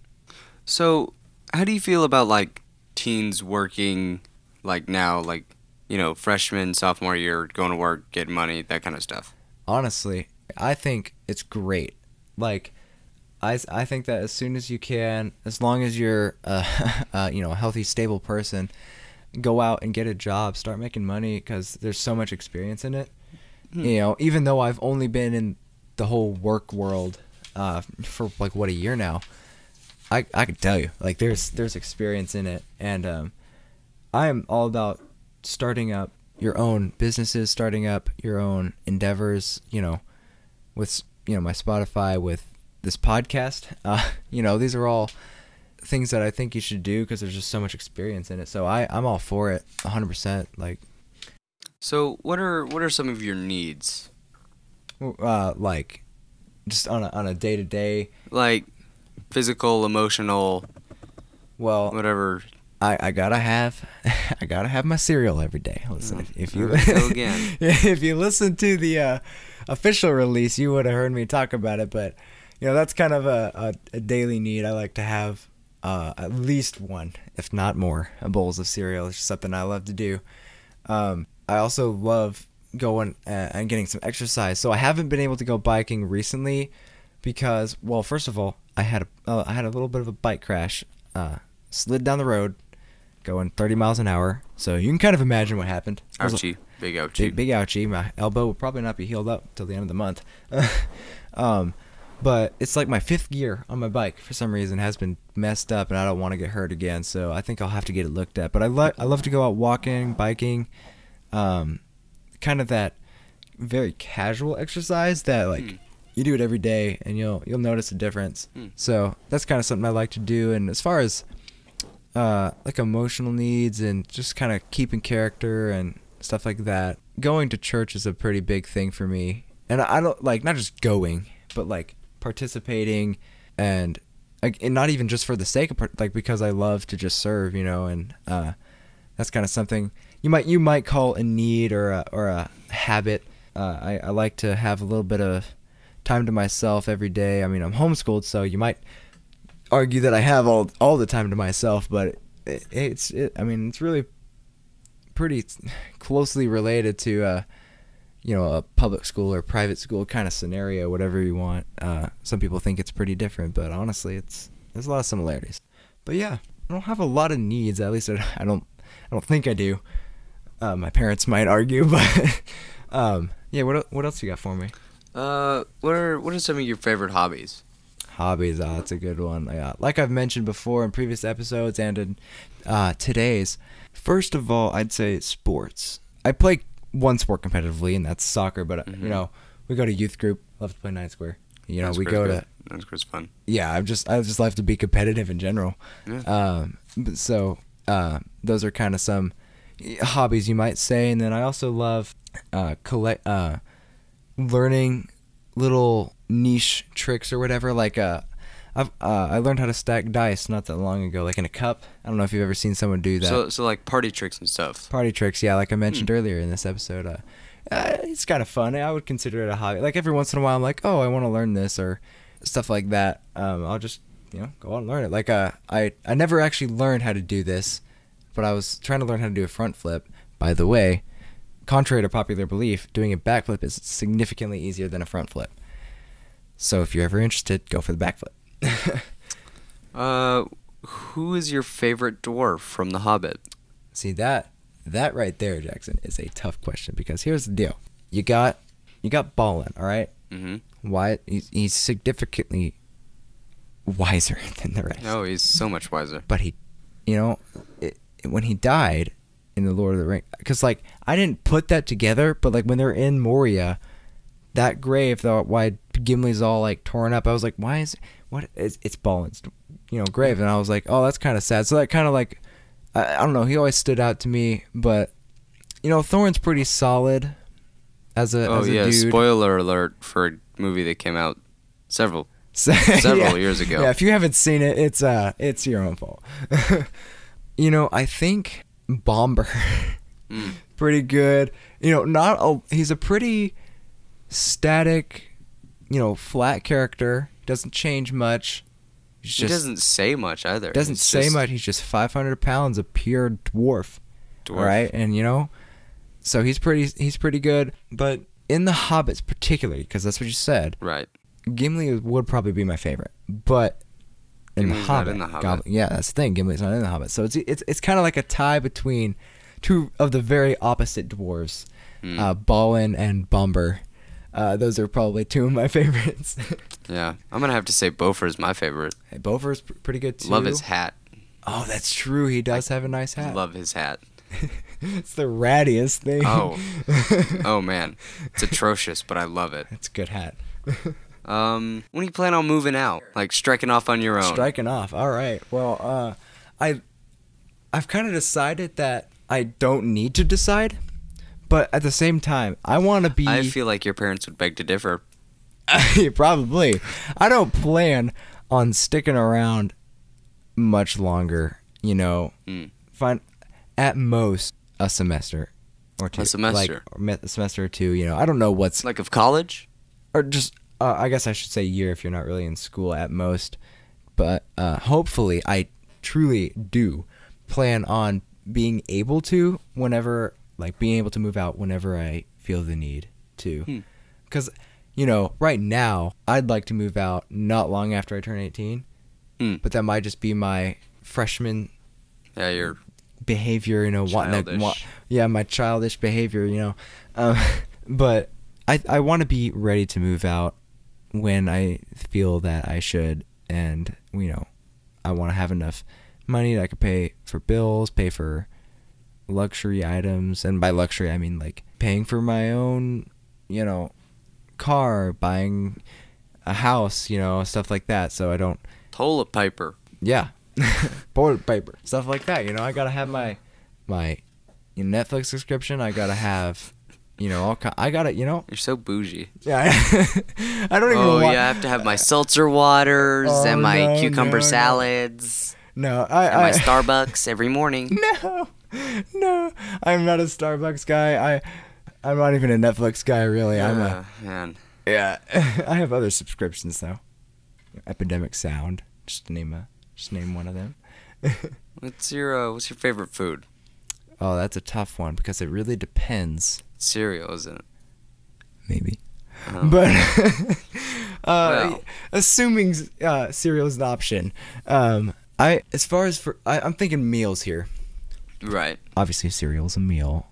Speaker 3: So, how do you feel about like teens working like now, like you know, freshman, sophomore year, going to work, getting money, that kind of stuff?
Speaker 2: honestly, I think it's great. Like, I, I think that as soon as you can, as long as you're, uh, (laughs) uh, you know, a healthy, stable person, go out and get a job, start making money because there's so much experience in it. You know, even though I've only been in the whole work world uh, for like what a year now, I I can tell you like there's there's experience in it, and um, I am all about starting up your own businesses, starting up your own endeavors, you know, with, you know, my Spotify, with this podcast. (laughs) Uh, you know, these are all things that I think you should do because there's just so much experience in it. So I, I'm all for it 100%. Like,
Speaker 3: So, what are what are some of your needs?
Speaker 2: uh, like just on a, on a day to day.
Speaker 3: Like physical, emotional,
Speaker 2: Well,
Speaker 3: whatever.
Speaker 2: I, I gotta have (laughs) I gotta have my cereal every day. Listen, if, if you
Speaker 3: There
Speaker 2: (laughs)
Speaker 3: we go again.
Speaker 2: if you listen to the uh, official release, you would have heard me talk about it. But you know that's kind of a, a, a daily need. I like to have uh, at least one, if not more, bowls of cereal. It's just something I love to do. Um, I also love going uh, and getting some exercise. So I haven't been able to go biking recently because, well, first of all, I had a uh, I had a little bit of a bike crash. Uh, slid down the road, going 30 miles an hour. So you can kind of imagine what happened. It was a-
Speaker 3: Ouchie, big ouchie.
Speaker 2: big, big ouchie. My elbow will probably not be healed up till the end of the month. (laughs) um, but it's like my fifth gear on my bike for some reason has been messed up, and I don't want to get hurt again. So I think I'll have to get it looked at. But I love I love to go out walking, biking, um, kind of that very casual exercise that like you do it every day, and you'll you'll notice a difference. So that's kind of something I like to do. And as far as uh, like emotional needs and just kind of keeping character and stuff like that. Going to church is a pretty big thing for me, and I don't like not just going, but like participating and like and not even just for the sake of part, like because I love to just serve, you know, and uh, that's kind of something you might you might call a need or a or a habit. Uh, I, I like to have a little bit of time to myself every day. I mean, I'm homeschooled, so you might argue that I have all all the time to myself, but it, it's it, I mean it's really pretty closely related to uh, you know a public school or private school kind of scenario, whatever you want. Uh, some people think it's pretty different, but honestly, it's there's a lot of similarities. But yeah, I don't have a lot of needs. At least I, I don't I don't think I do. Uh, my parents might argue, (laughs) but um, yeah. What el- what else you got for me?
Speaker 3: Uh, what are what are some of your favorite hobbies?
Speaker 2: Hobbies, ah, that's a good one. Yeah. Like I've mentioned before in previous episodes and in uh, today's,
Speaker 1: First of all, I'd say sports.
Speaker 2: I play one sport competitively, and that's soccer. But uh you know, we go to youth group. Love to play nine square. You know, Uh, we go to
Speaker 3: That's Chris fun.
Speaker 2: yeah. I just I just love to be competitive in general.
Speaker 3: Yeah.
Speaker 2: Um, but so uh, those are kind of some hobbies you might say, and then I also love uh, collect uh, learning little niche tricks or whatever. Like uh, I've uh, I learned how to stack dice not that long ago, like in a cup. I don't know if you've ever seen someone do that
Speaker 3: So so like party tricks and stuff.
Speaker 2: party tricks yeah like i mentioned earlier in this episode uh, uh it's kind of fun i would consider it a hobby like every once in a while i'm like oh i want to learn this or stuff like that um i'll just you know go out and learn it like uh i i never actually learned how to do this but i was trying to learn how to do a front flip by the way contrary to popular belief doing a backflip is significantly easier than a front flip so if you're ever interested go for the backflip (laughs)
Speaker 3: Uh, who is your favorite dwarf from The Hobbit?
Speaker 2: See that that right there, Jackson, is a tough question because here's the deal: you got you got Ballin, all right.
Speaker 3: Mm-hmm.
Speaker 2: Why he's, he's significantly wiser (laughs) than the rest,
Speaker 3: Oh, he's so much wiser.
Speaker 2: but he, you know, it, when he died in the Lord of the Ring, because like I didn't put that together, but like when they're in Moria, that grave, though, why Gimli's all like torn up, I was like, why is what is it's Ballin's, you know, grave, and I was like, oh, that's kind of sad. So that kind of like I, I don't know. He always stood out to me, but you know, Thorin's pretty solid as a
Speaker 3: Oh
Speaker 2: as a
Speaker 3: yeah,
Speaker 2: dude.
Speaker 3: spoiler alert for a movie that came out several.
Speaker 2: So- (laughs)
Speaker 3: several years ago.
Speaker 2: Yeah, if you haven't seen it, it's uh, it's your own fault. (laughs) you know, I think Bomber,
Speaker 3: Mm.
Speaker 2: (laughs) pretty good. You know, not a he's a pretty static, you know, flat character. Doesn't change much. He's
Speaker 3: he
Speaker 2: just doesn't,
Speaker 3: doesn't say much either. It's
Speaker 2: say
Speaker 3: just
Speaker 2: much. He's just 500 pounds, a pure dwarf.
Speaker 3: Dwarf.
Speaker 2: All right, and you know, so he's pretty he's pretty good. But in the Hobbits, particularly, because that's what you said.
Speaker 3: Right.
Speaker 2: Gimli would probably be my favorite, but in the
Speaker 3: Gimli's not
Speaker 2: Hobbit,
Speaker 3: in The Hobbit.
Speaker 2: Goblin- yeah, that's the thing. Gimli's not in the Hobbit, so it's it's it's kind of like a tie between two of the very opposite dwarves,
Speaker 3: Hmm.
Speaker 2: uh, Balin and Bomber. Uh, those are probably two of my (laughs) favorites.
Speaker 3: Yeah. I'm gonna have to say Beaufort is my favorite.
Speaker 2: hey, Beaufort's pr- pretty good too.
Speaker 3: Love his hat.
Speaker 2: Oh, that's true. He does have a nice hat.
Speaker 3: Love his hat.
Speaker 2: it's the rattiest thing.
Speaker 3: Oh. oh man, it's atrocious, but I love it.
Speaker 2: (laughs) that's a good hat.
Speaker 3: Um, when do you plan on moving out? Like striking off on your own?
Speaker 2: Striking off. All right. Well, uh, I, I've kind of decided that I don't need to decide, but at the same time, I want to be.
Speaker 3: I feel like your parents would beg to differ.
Speaker 2: (laughs) probably. I don't plan on sticking around much longer. You know,
Speaker 3: Mm.
Speaker 2: find at most a semester or two.
Speaker 3: semester.
Speaker 2: like, or me- a semester or two. You know, I don't know what's
Speaker 3: Like of college?
Speaker 2: or just uh, I guess I should say year if you're not really in school at most. But uh, hopefully, I truly do plan on being able to whenever, like being able to move out whenever I feel the need
Speaker 3: Hmm.
Speaker 2: to. Because, you know, right now, I'd like to move out not long after I turn 18,
Speaker 3: Hmm.
Speaker 2: but that might just be my freshman
Speaker 3: Yeah, you're
Speaker 2: behavior, you know, wanting to,
Speaker 3: Childish.
Speaker 2: want, yeah, my childish behavior, you know. Um, (laughs) but I I want to be ready to move out when I feel that I should, and you know, I want to have enough money that I could pay for bills, pay for luxury items, and by luxury I mean like paying for my own, you know, car, buying a house, you know, stuff like that. So I don't
Speaker 3: toilet piper.
Speaker 2: (laughs) yeah. Board paper. Stuff like that. You know, I gotta have my my Netflix subscription. I gotta have you know all ki- I gotta you know (laughs)
Speaker 3: You're so bougie.
Speaker 2: yeah. I, I don't even.
Speaker 3: Oh
Speaker 2: want,
Speaker 3: yeah, I have to have my seltzer waters
Speaker 2: Oh,
Speaker 3: and my
Speaker 2: no, no, Uh,
Speaker 3: cucumber
Speaker 2: no.
Speaker 3: salads
Speaker 2: No, I.
Speaker 3: and
Speaker 2: I
Speaker 3: my Starbucks
Speaker 2: (laughs)
Speaker 3: every morning.
Speaker 2: no, no. I'm not a Starbucks guy. I. I'm not even a Netflix guy, really. I'm a.
Speaker 3: Uh, man.
Speaker 2: Yeah. (laughs) I have other subscriptions though. Epidemic Sound. Just to name a. Just name one of them.
Speaker 3: What's your uh, what's your favorite food?
Speaker 2: oh, that's a tough one because it really depends.
Speaker 3: Cereal, isn't it?
Speaker 2: Maybe.
Speaker 3: Oh.
Speaker 2: but (laughs) uh,
Speaker 3: Well.
Speaker 2: assuming uh, cereal is an option, um, I as far as for I, I'm thinking meals here.
Speaker 3: Right.
Speaker 2: Obviously, cereal's a meal.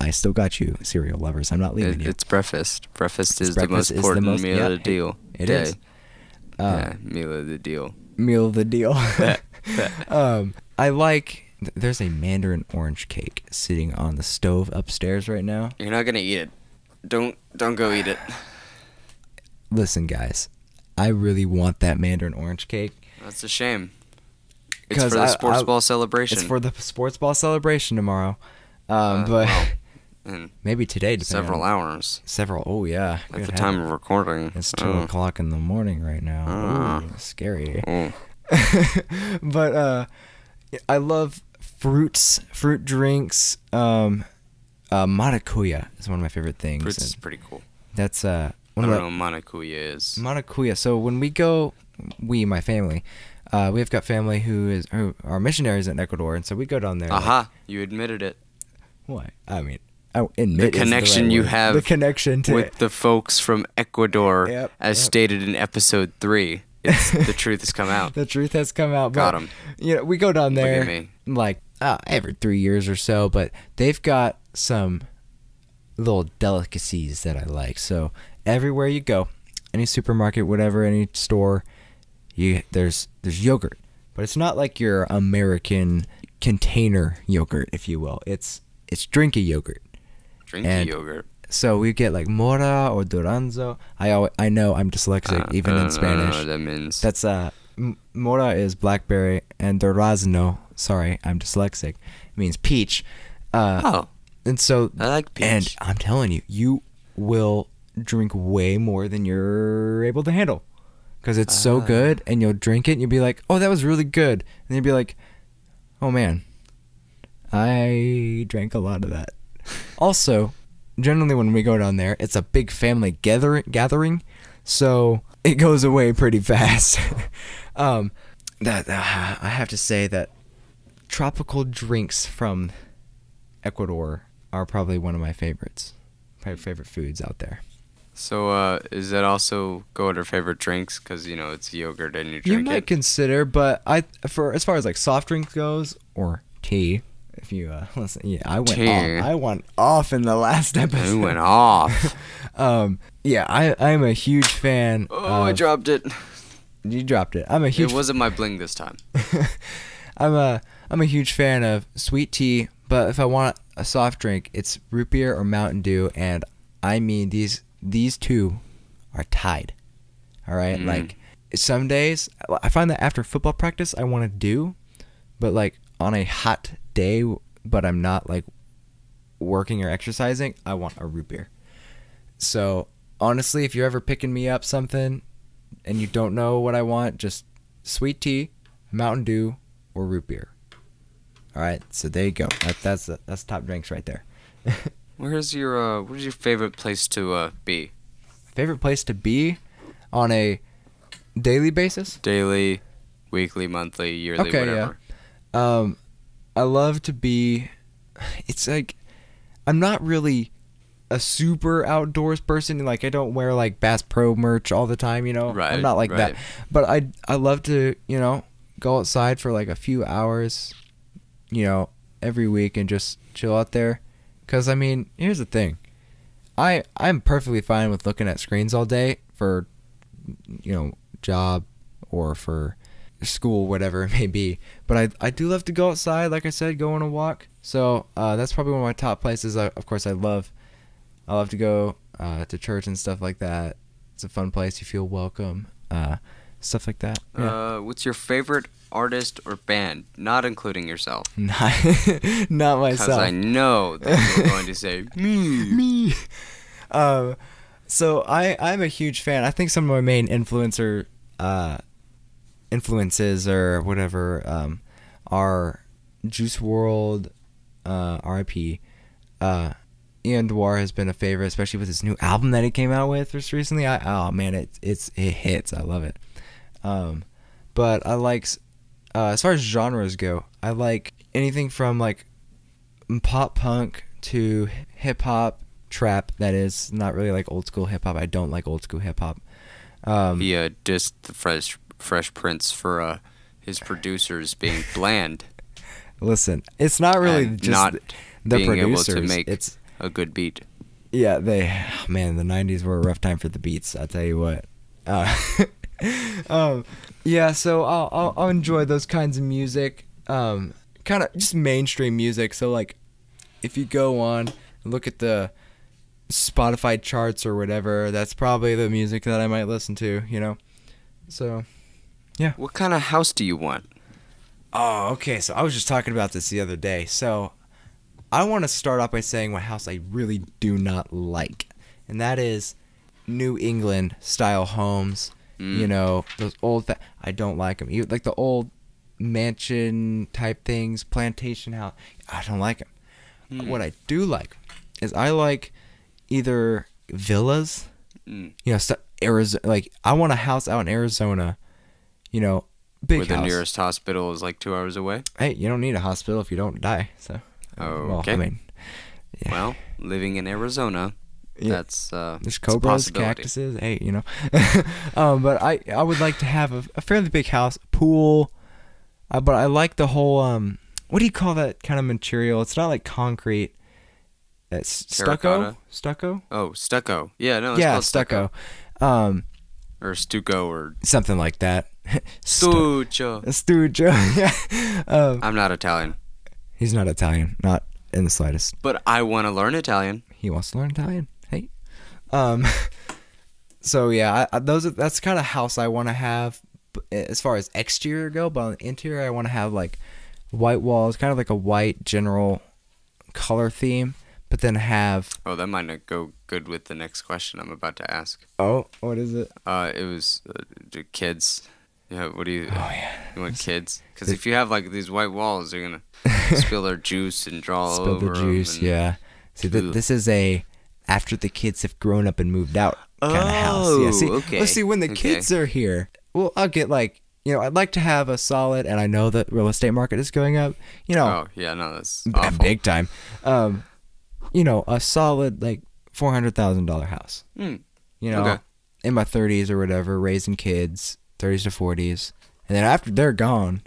Speaker 2: I still got you, cereal lovers. I'm not leaving
Speaker 3: It,
Speaker 2: you.
Speaker 3: it's breakfast. Breakfast
Speaker 2: It's
Speaker 3: is
Speaker 2: breakfast
Speaker 3: the
Speaker 2: is the
Speaker 3: most important
Speaker 2: most-
Speaker 3: meal
Speaker 2: yeah,
Speaker 3: of the
Speaker 2: it-
Speaker 3: deal.
Speaker 2: It
Speaker 3: day.
Speaker 2: is Uh,
Speaker 3: yeah, meal of the deal.
Speaker 2: meal of the
Speaker 3: (laughs)
Speaker 2: deal. (laughs) um, I like. th- There's a mandarin orange cake sitting on the stove upstairs right now.
Speaker 3: You're not gonna eat it. Don't don't go eat it.
Speaker 2: Listen, guys, I really want that mandarin orange cake.
Speaker 3: That's a shame. It's
Speaker 2: 'Cause
Speaker 3: for the
Speaker 2: I-
Speaker 3: sports
Speaker 2: I-
Speaker 3: ball celebration.
Speaker 2: It's for the sports ball celebration tomorrow, um,
Speaker 3: Uh,
Speaker 2: but (laughs)
Speaker 3: well, in
Speaker 2: maybe today. depending on-
Speaker 3: several hours.
Speaker 2: Several. Oh yeah.
Speaker 3: At
Speaker 2: Good
Speaker 3: the
Speaker 2: heaven.
Speaker 3: time of recording.
Speaker 2: It's two
Speaker 3: Oh,
Speaker 2: o'clock in the morning right now.
Speaker 3: Ah.
Speaker 2: Ooh, scary.
Speaker 3: oh.
Speaker 2: (laughs) but uh, I love fruits, fruit drinks. Um, uh, maracuya is one of my favorite things.
Speaker 3: Fruits is
Speaker 2: and
Speaker 3: pretty cool.
Speaker 2: That's uh,
Speaker 3: I
Speaker 2: one
Speaker 3: don't
Speaker 2: of
Speaker 3: know
Speaker 2: my-
Speaker 3: what manakuya is.
Speaker 2: Maracuya. So when we go, we my family, uh, we've got family who is who are missionaries in Ecuador, and so we go down there. like,
Speaker 3: Aha! You admitted
Speaker 2: (laughs)
Speaker 3: it.
Speaker 2: Why? I mean, I admit
Speaker 3: connection you have
Speaker 2: The connection to
Speaker 3: With the folks from Ecuador,
Speaker 2: Yep,
Speaker 3: as
Speaker 2: yep.
Speaker 3: stated in episode
Speaker 2: (laughs)
Speaker 3: three, it's, the truth has come out.
Speaker 2: the truth has come out.
Speaker 3: Got
Speaker 2: but,
Speaker 3: 'em.
Speaker 2: You know, we go down
Speaker 3: Look
Speaker 2: there
Speaker 3: at me.
Speaker 2: like uh, every three years or so, but they've got some little delicacies that I like. So everywhere you go, any supermarket, whatever, any store, you there's there's yogurt, but it's not like your American container yogurt, if you will. It's it's drinky yogurt.
Speaker 3: Drink
Speaker 2: And-
Speaker 3: the yogurt.
Speaker 2: So we get like mora or duranzo. I always, I know I'm dyslexic
Speaker 3: Uh,
Speaker 2: even
Speaker 3: I
Speaker 2: in
Speaker 3: don't- I don't know
Speaker 2: Spanish.
Speaker 3: what that means.
Speaker 2: That's uh, m- mora is blackberry, and durazno. Sorry, I'm dyslexic. Means peach. Uh,
Speaker 3: oh,
Speaker 2: and so
Speaker 3: I like peach.
Speaker 2: and I'm telling you, you will drink way more than you're able to handle because it's so
Speaker 3: Ah.
Speaker 2: good. And you'll drink it, and you'll be like, "Oh, that was really good," and you'll be like, "Oh man, I drank a lot of
Speaker 3: (laughs)
Speaker 2: that." also, generally when we go down there, it's a big family gather- gathering, so it goes away pretty fast. (laughs) um, that uh, I have to say that tropical drinks from Ecuador are probably one of my favorites, probably favorite foods out there.
Speaker 3: so, uh, is that also go under favorite drinks? Because you know it's yogurt and you
Speaker 2: You
Speaker 3: drink
Speaker 2: might
Speaker 3: it.
Speaker 2: consider, but I for as far as like soft drinks goes or tea. If you uh, (laughs) listen, yeah, I went
Speaker 3: Tea.
Speaker 2: off. I went off in the last episode. (laughs)
Speaker 3: Who went off?
Speaker 2: Um, yeah, I I'm a huge fan.
Speaker 3: Oh, I
Speaker 2: of-
Speaker 3: dropped it.
Speaker 2: you dropped it. I'm a Uh, huge
Speaker 3: It wasn't my bling this time.
Speaker 2: I'm a I'm a huge fan of sweet tea, but if I want a soft drink, it's root beer or Mountain Dew, and I mean these these two are tied. All right,
Speaker 3: Mm.
Speaker 2: like some days I find that after football practice I want to do, but like on a hot day, but I'm not like working or exercising, I want a root beer. So honestly, if you're ever picking me up something and you don't know what I want, just sweet tea, Mountain Dew, or root beer. All right, so there you go. That, that's the, that's top drinks right there.
Speaker 3: Where's your uh, where's your favorite place to uh, be
Speaker 2: Favorite place to be on a daily basis?
Speaker 3: daily, weekly, monthly, yearly,
Speaker 2: Okay, yeah.
Speaker 3: whatever?
Speaker 2: Um, I love to be. It's like I'm not really a super outdoors person. Like I don't wear like Bass Pro merch all the time. You know,
Speaker 3: Right,
Speaker 2: I'm not like that.
Speaker 3: right.
Speaker 2: But I I love to you know go outside for like a few hours, you know, every week and just chill out there. Cause I mean, here's the thing, I I'm perfectly fine with looking at screens all day for, you know, job or for school, whatever (laughs) it may be. But I, I do love to go outside, like I said, go on a walk. So uh, that's probably one of my top places. I, of course, I love, I love to go uh, to church and stuff like that. It's a fun place. You feel welcome, uh, stuff like that. Yeah. (laughs)
Speaker 3: Uh, what's your favorite artist or band, not including yourself?
Speaker 2: not, not
Speaker 3: (laughs) Because
Speaker 2: myself.
Speaker 3: I know that
Speaker 2: (laughs)
Speaker 3: you're going to say me.
Speaker 2: me. Um, so I I'm a huge fan. I think some of my main influencer uh, influences or whatever um, are Juice World, uh, R.I.P. Uh, Ian Dwar has been a favorite, especially with his new album that he came out with just recently. I oh man, it it's it hits. I love it. Um, but I like s- uh, as far as genres go, I like anything from like pop punk to hip hop trap. That is not really like old school hip hop. I don't like old school hip hop. Um,
Speaker 3: He uh, dissed the Fresh Fresh Prince for uh, his producers being bland,
Speaker 2: Listen, it's not (laughs) really
Speaker 3: And
Speaker 2: just
Speaker 3: not
Speaker 2: the
Speaker 3: being able to
Speaker 2: producers.
Speaker 3: make-
Speaker 2: It's
Speaker 3: a good beat.
Speaker 2: yeah, they (sighs) man, the '90s were a rough time for the beats. I tell you what. Uh, (laughs) um, yeah, so I'll, I'll I'll enjoy those kinds of music. Um, kind of just mainstream music. So like, if you go on and look at the Spotify charts or whatever, that's probably the music that I might listen to. You know, so.
Speaker 3: What kind of house do you want?
Speaker 2: Oh, okay. So I was just talking about this the other day. So I want to start off by saying what house I really do not like, and that is New England style homes.
Speaker 3: Mm.
Speaker 2: You know, those old. Fa- I don't like them. You like the old mansion type things, plantation house. I don't like them.
Speaker 3: Mm.
Speaker 2: What I do like is I like either villas.
Speaker 3: Mm.
Speaker 2: You know, st- Arizona. Like I want a house out in Arizona. You know, big
Speaker 3: Where the
Speaker 2: house.
Speaker 3: nearest hospital is like two hours away.
Speaker 2: Hey, you don't need a hospital if you don't die. So, Uh, well, I
Speaker 3: Okay.
Speaker 2: mean, Yeah.
Speaker 3: Well, living in Arizona,
Speaker 2: Yeah.
Speaker 3: that's uh,
Speaker 2: there's
Speaker 3: it's a
Speaker 2: cobras,
Speaker 3: possibility.
Speaker 2: cactuses. Hey, you know. (laughs) um, but I, I would like to have a, a fairly big house, pool. Uh, but I like the whole um, what do you call that kind of material? It's not like concrete. It's stucco.
Speaker 3: Terracotta?
Speaker 2: Stucco.
Speaker 3: Oh, stucco. Yeah, no, it's
Speaker 2: Yeah,
Speaker 3: called stucco.
Speaker 2: stucco. Um,
Speaker 3: or stucco or
Speaker 2: something like that. (laughs) Stu-
Speaker 3: stucco.
Speaker 2: Stucco. (laughs) yeah. Um,
Speaker 3: I'm not Italian,
Speaker 2: he's not Italian, not in the slightest.
Speaker 3: but I want to learn Italian.
Speaker 2: he wants to learn Italian. Hey, um, (laughs) so yeah, I, I, those are, that's kind of house I want to have b- as far as exterior go. But on the interior, I want to have like white walls, kind of like a white general color theme. But then have
Speaker 3: Oh, that might not go good with the next question I'm about to ask.
Speaker 2: oh, what is it?
Speaker 3: Uh, it was uh, d- kids. Yeah, what do you?
Speaker 2: Oh yeah,
Speaker 3: You want kids? Because if you have like these white walls, they're
Speaker 2: (laughs)
Speaker 3: gonna spill their juice and draw all
Speaker 2: spill
Speaker 3: over
Speaker 2: the
Speaker 3: 'em
Speaker 2: juice.
Speaker 3: and-
Speaker 2: Yeah. See, th-
Speaker 3: Ugh.
Speaker 2: this is a after the kids have grown up and moved out kind of house. Yeah.
Speaker 3: Oh,
Speaker 2: See,
Speaker 3: okay,
Speaker 2: let's see when the
Speaker 3: okay.
Speaker 2: kids are here. Well, I'll get like you know I'd like to have a solid, and I know that real estate market is going up. You know,
Speaker 3: Oh yeah, no,
Speaker 2: (clears throat)
Speaker 3: that's
Speaker 2: b-
Speaker 3: awful.
Speaker 2: big time. Um, you know, a solid like four hundred thousand dollar house.
Speaker 3: Hmm.
Speaker 2: You know,
Speaker 3: Okay.
Speaker 2: in my thirties or whatever, raising kids, thirties to forties, and then after they're gone,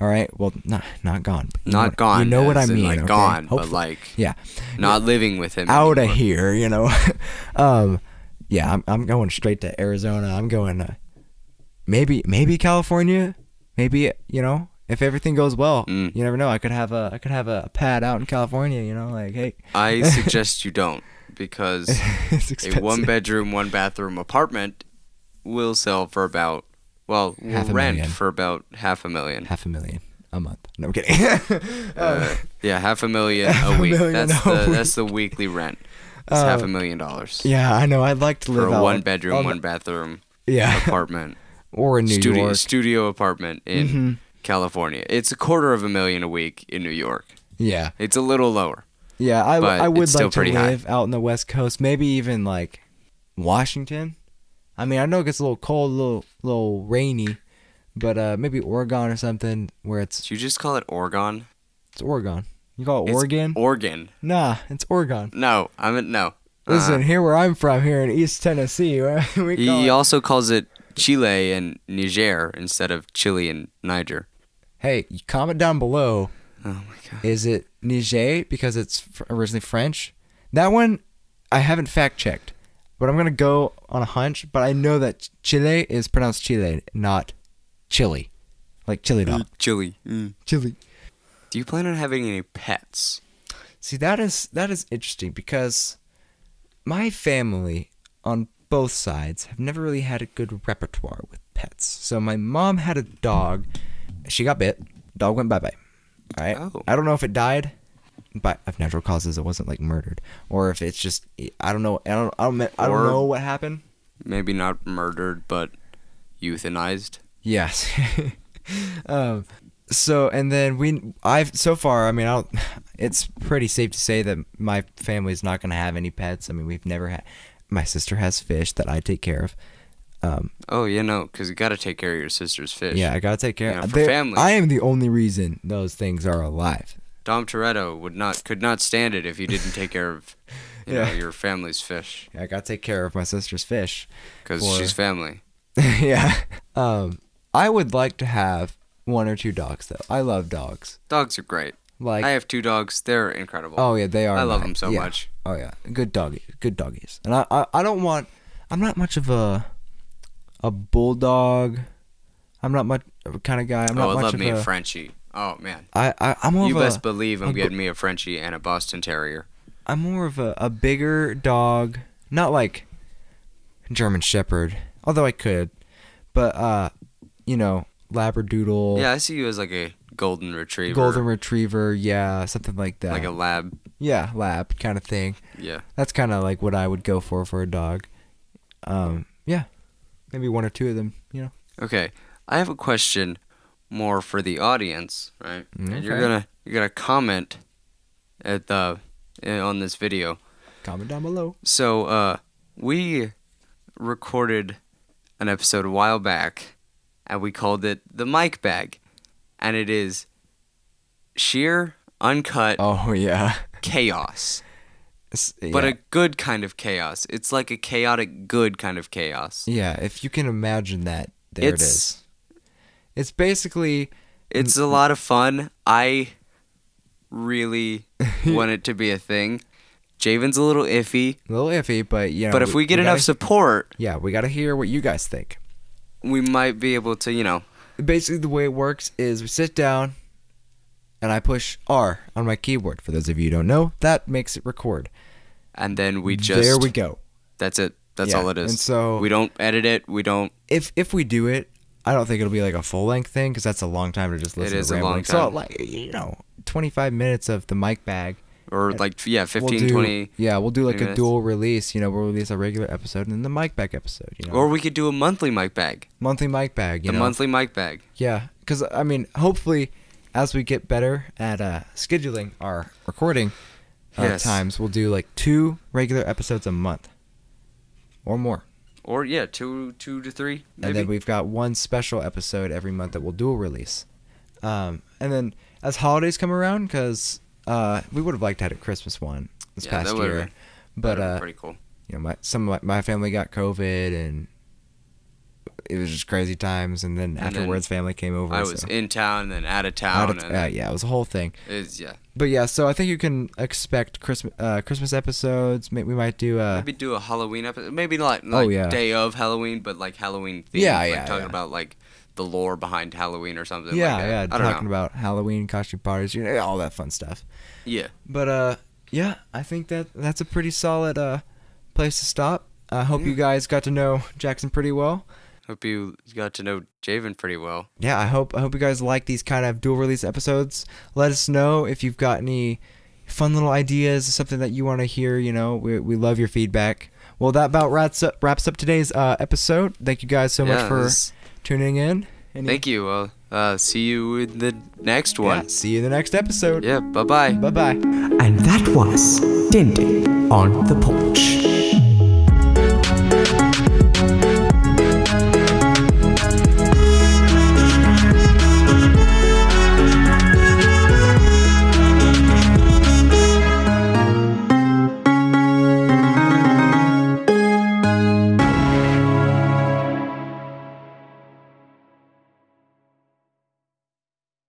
Speaker 2: all right. Well, not not gone, but you know
Speaker 3: Not
Speaker 2: what-
Speaker 3: gone.
Speaker 2: You know what I
Speaker 3: as in,
Speaker 2: mean?
Speaker 3: Like
Speaker 2: okay?
Speaker 3: gone,
Speaker 2: Hopefully-
Speaker 3: but like
Speaker 2: yeah,
Speaker 3: not living with him.
Speaker 2: out of
Speaker 3: anymore.
Speaker 2: here. You know, (laughs) um, yeah, I'm I'm going straight to Arizona. I'm going to maybe maybe California, maybe you know if everything goes well.
Speaker 3: Mm.
Speaker 2: You never know. I could have a I could have a pad out in California. You know, like hey, (laughs)
Speaker 3: I suggest you don't because
Speaker 2: it's
Speaker 3: a
Speaker 2: expensive.
Speaker 3: one bedroom, one bathroom apartment will sell for about well, will
Speaker 2: Half a
Speaker 3: rent
Speaker 2: million.
Speaker 3: for about half a million.
Speaker 2: half a million a month. No I'm kidding.
Speaker 3: (laughs)
Speaker 2: (laughs)
Speaker 3: Uh, yeah, half a million
Speaker 2: Half a
Speaker 3: a week.
Speaker 2: million
Speaker 3: that's
Speaker 2: a
Speaker 3: the
Speaker 2: week. Uh,
Speaker 3: that's the weekly rent. That's half a million dollars
Speaker 2: yeah, I know. I'd like to
Speaker 3: for
Speaker 2: live
Speaker 3: a
Speaker 2: out
Speaker 3: one bedroom,
Speaker 2: on-
Speaker 3: one bathroom
Speaker 2: yeah, (laughs)
Speaker 3: apartment.
Speaker 2: or in New
Speaker 3: studio
Speaker 2: York. Mm-hmm.
Speaker 3: studio apartment in California. It's a quarter of a million a week in New York.
Speaker 2: Yeah,
Speaker 3: It's a little lower.
Speaker 2: yeah. I,
Speaker 3: But
Speaker 2: I would
Speaker 3: it's still
Speaker 2: like to
Speaker 3: pretty high.
Speaker 2: live out in the West Coast, maybe even like Washington. I mean, I know it gets a little cold, a little little rainy, but uh, maybe Oregon or something where it's
Speaker 3: Did you just call it Oregon?
Speaker 2: it's Oregon. You call it
Speaker 3: It's
Speaker 2: Oregon?
Speaker 3: Oregon.
Speaker 2: nah, it's Oregon.
Speaker 3: No, I mean no. Uh-uh.
Speaker 2: Listen, here where I'm from, here in East Tennessee, (laughs) where we
Speaker 3: he
Speaker 2: call it-
Speaker 3: also calls it Chile and Niger instead of Chile and Niger.
Speaker 2: Hey, you comment down below.
Speaker 3: Oh my god.
Speaker 2: Is it Niger because it's fr- originally French? That one I haven't fact checked, but I'm gonna go on a hunch. But I know that Chile is pronounced Chile, not Chili, like chili dog.
Speaker 3: Chile. Mm.
Speaker 2: Chili.
Speaker 3: Do you plan on having any pets?
Speaker 2: See, that is that is interesting because my family on both sides have never really had a good repertoire with pets. So my mom had a dog. She got bit. Dog went bye bye. All right.
Speaker 3: Oh.
Speaker 2: I don't know if it died, but of natural causes, it wasn't like murdered, or if it's just I don't know. I don't. I don't. I don't
Speaker 3: Or-
Speaker 2: know what happened.
Speaker 3: Maybe not murdered, but euthanized.
Speaker 2: Yes. (laughs) um, so and then we I've so far I mean I don't it's pretty safe to say that my family's not going to have any pets. I mean we've never had my sister has fish that I take care of. Um,
Speaker 3: Oh yeah, no, because you gotta take care of your sister's fish.
Speaker 2: yeah, I got to take care
Speaker 3: Yeah,
Speaker 2: of
Speaker 3: for
Speaker 2: They're-
Speaker 3: family.
Speaker 2: I am the only reason those things are alive.
Speaker 3: Dom Toretto would not could not stand it if you didn't take care of you
Speaker 2: Yeah.
Speaker 3: know, your family's fish
Speaker 2: I got to take care of my sister's fish. (laughs)
Speaker 3: because
Speaker 2: For-
Speaker 3: she's family.
Speaker 2: yeah. Um, I would like to have one or two dogs though. I love dogs.
Speaker 3: Dogs are great.
Speaker 2: Like
Speaker 3: I have two dogs. They're incredible.
Speaker 2: Oh yeah, they are.
Speaker 3: I love
Speaker 2: mine.
Speaker 3: them so
Speaker 2: Yeah.
Speaker 3: much.
Speaker 2: Oh yeah, good doggy, good doggies. And I, I, I don't want. I'm not much of a, a bulldog. I'm not much of a kind of guy. I'm
Speaker 3: oh,
Speaker 2: not
Speaker 3: I
Speaker 2: much
Speaker 3: love
Speaker 2: of
Speaker 3: me
Speaker 2: a.
Speaker 3: a Frenchie. Oh man,
Speaker 2: I, I, I'm more
Speaker 3: you
Speaker 2: of
Speaker 3: best
Speaker 2: a.
Speaker 3: believe
Speaker 2: a
Speaker 3: I'm
Speaker 2: gr-
Speaker 3: getting me a Frenchie and a Boston Terrier.
Speaker 2: I'm more of a, a bigger dog, not like German Shepherd, although I could, but uh, you know, Labradoodle,
Speaker 3: Yeah, I see you as like a golden retriever,
Speaker 2: Golden Retriever, yeah, something like that.
Speaker 3: like a lab.
Speaker 2: yeah, lab kind of thing.
Speaker 3: Yeah,
Speaker 2: That's kind of like what I would go for for a dog. Um, yeah, maybe one or two of them. You know.
Speaker 3: Okay, I have a question more for the audience, right? And you're
Speaker 2: Okay.
Speaker 3: gonna you're gonna comment at the eh, on this video.
Speaker 2: Comment down below.
Speaker 3: So uh, we recorded an episode a while back, and we called it the mic bag, and it is sheer uncut
Speaker 2: Oh yeah.
Speaker 3: chaos,
Speaker 2: S-
Speaker 3: but
Speaker 2: yeah.
Speaker 3: a good kind of chaos. It's like a chaotic good kind of chaos.
Speaker 2: yeah, if you can imagine that, there it
Speaker 3: It's-
Speaker 2: is. It's basically
Speaker 3: It's a lot of fun. I
Speaker 2: (laughs)
Speaker 3: really want it to be a thing. Javen's a little iffy,
Speaker 2: a little iffy, but you know.
Speaker 3: but if we get enough
Speaker 2: gotta-
Speaker 3: support,
Speaker 2: yeah, we gotta hear what you guys think.
Speaker 3: we might be able to, you know,
Speaker 2: Basically, the way it works is we sit down, and I push R on my keyboard. For those of you who don't know, that makes it record.
Speaker 3: and then we just
Speaker 2: there we go.
Speaker 3: That's it. That's
Speaker 2: Yeah,
Speaker 3: all it is.
Speaker 2: and so-
Speaker 3: we don't edit it. We don't.
Speaker 2: if if we do it, I don't think it'll be like a full length thing because that's a long time to just listen.
Speaker 3: is
Speaker 2: to
Speaker 3: a
Speaker 2: rambling.
Speaker 3: long
Speaker 2: So
Speaker 3: time.
Speaker 2: like you know, twenty five minutes of the mic bag.
Speaker 3: Or like yeah, 15,
Speaker 2: we'll do,
Speaker 3: 20.
Speaker 2: Yeah, we'll do like a
Speaker 3: minutes.
Speaker 2: dual release. You know, we'll release a regular episode and then the mic bag episode. You know,
Speaker 3: Or we could do a monthly mic bag.
Speaker 2: monthly mic bag. You know,
Speaker 3: The monthly mic bag.
Speaker 2: yeah, because I mean, hopefully, as we get better at uh, scheduling our recording uh,
Speaker 3: Yes.
Speaker 2: times, we'll do like two regular episodes a month or more.
Speaker 3: Or yeah, two two to three
Speaker 2: and
Speaker 3: maybe.
Speaker 2: then we've got one special episode every month that we'll dual release. Um, and then as holidays come around, because uh, we would have liked to had a Christmas one this
Speaker 3: Yeah, that
Speaker 2: past
Speaker 3: would've
Speaker 2: year,
Speaker 3: been-
Speaker 2: but
Speaker 3: That'd be
Speaker 2: uh,
Speaker 3: pretty cool.
Speaker 2: you know, my, some of my, my family got COVID and it was just crazy times. And then
Speaker 3: then
Speaker 2: afterwards, family came over.
Speaker 3: I was
Speaker 2: so
Speaker 3: in town and out of town.
Speaker 2: out of,
Speaker 3: and
Speaker 2: uh, yeah, it was a whole thing.
Speaker 3: it's, yeah.
Speaker 2: But yeah, so I think you can expect Christmas uh, Christmas episodes. May- We might do uh,
Speaker 3: Maybe do a Halloween episode. Maybe like,
Speaker 2: Oh,
Speaker 3: like
Speaker 2: yeah.
Speaker 3: day of Halloween, but like Halloween themed.
Speaker 2: Yeah,
Speaker 3: like
Speaker 2: yeah,
Speaker 3: Talking
Speaker 2: yeah.
Speaker 3: about like the lore behind Halloween or something.
Speaker 2: yeah,
Speaker 3: like that.
Speaker 2: yeah,
Speaker 3: I don't
Speaker 2: talking
Speaker 3: know.
Speaker 2: about Halloween costume parties, you know, all that fun stuff.
Speaker 3: Yeah.
Speaker 2: But uh, yeah, I think that that's a pretty solid uh place to stop. I hope you guys got to know Jackson pretty well.
Speaker 3: Hope you got to know Javen pretty well.
Speaker 2: Yeah, I hope I hope you guys like these kind of dual release episodes. Let us know if you've got any fun little ideas, something that you want to hear. You know, we we love your feedback. Well, that about wraps up wraps up today's uh, episode. Thank you guys so
Speaker 3: yeah,
Speaker 2: much for
Speaker 3: this-
Speaker 2: tuning in. Any-
Speaker 3: Thank you. Uh, uh, see you in the next
Speaker 2: Yeah,
Speaker 3: one.
Speaker 2: see you in the next episode.
Speaker 3: Yeah. Bye bye.
Speaker 2: Bye bye.
Speaker 1: And that was Tintin on the Porch.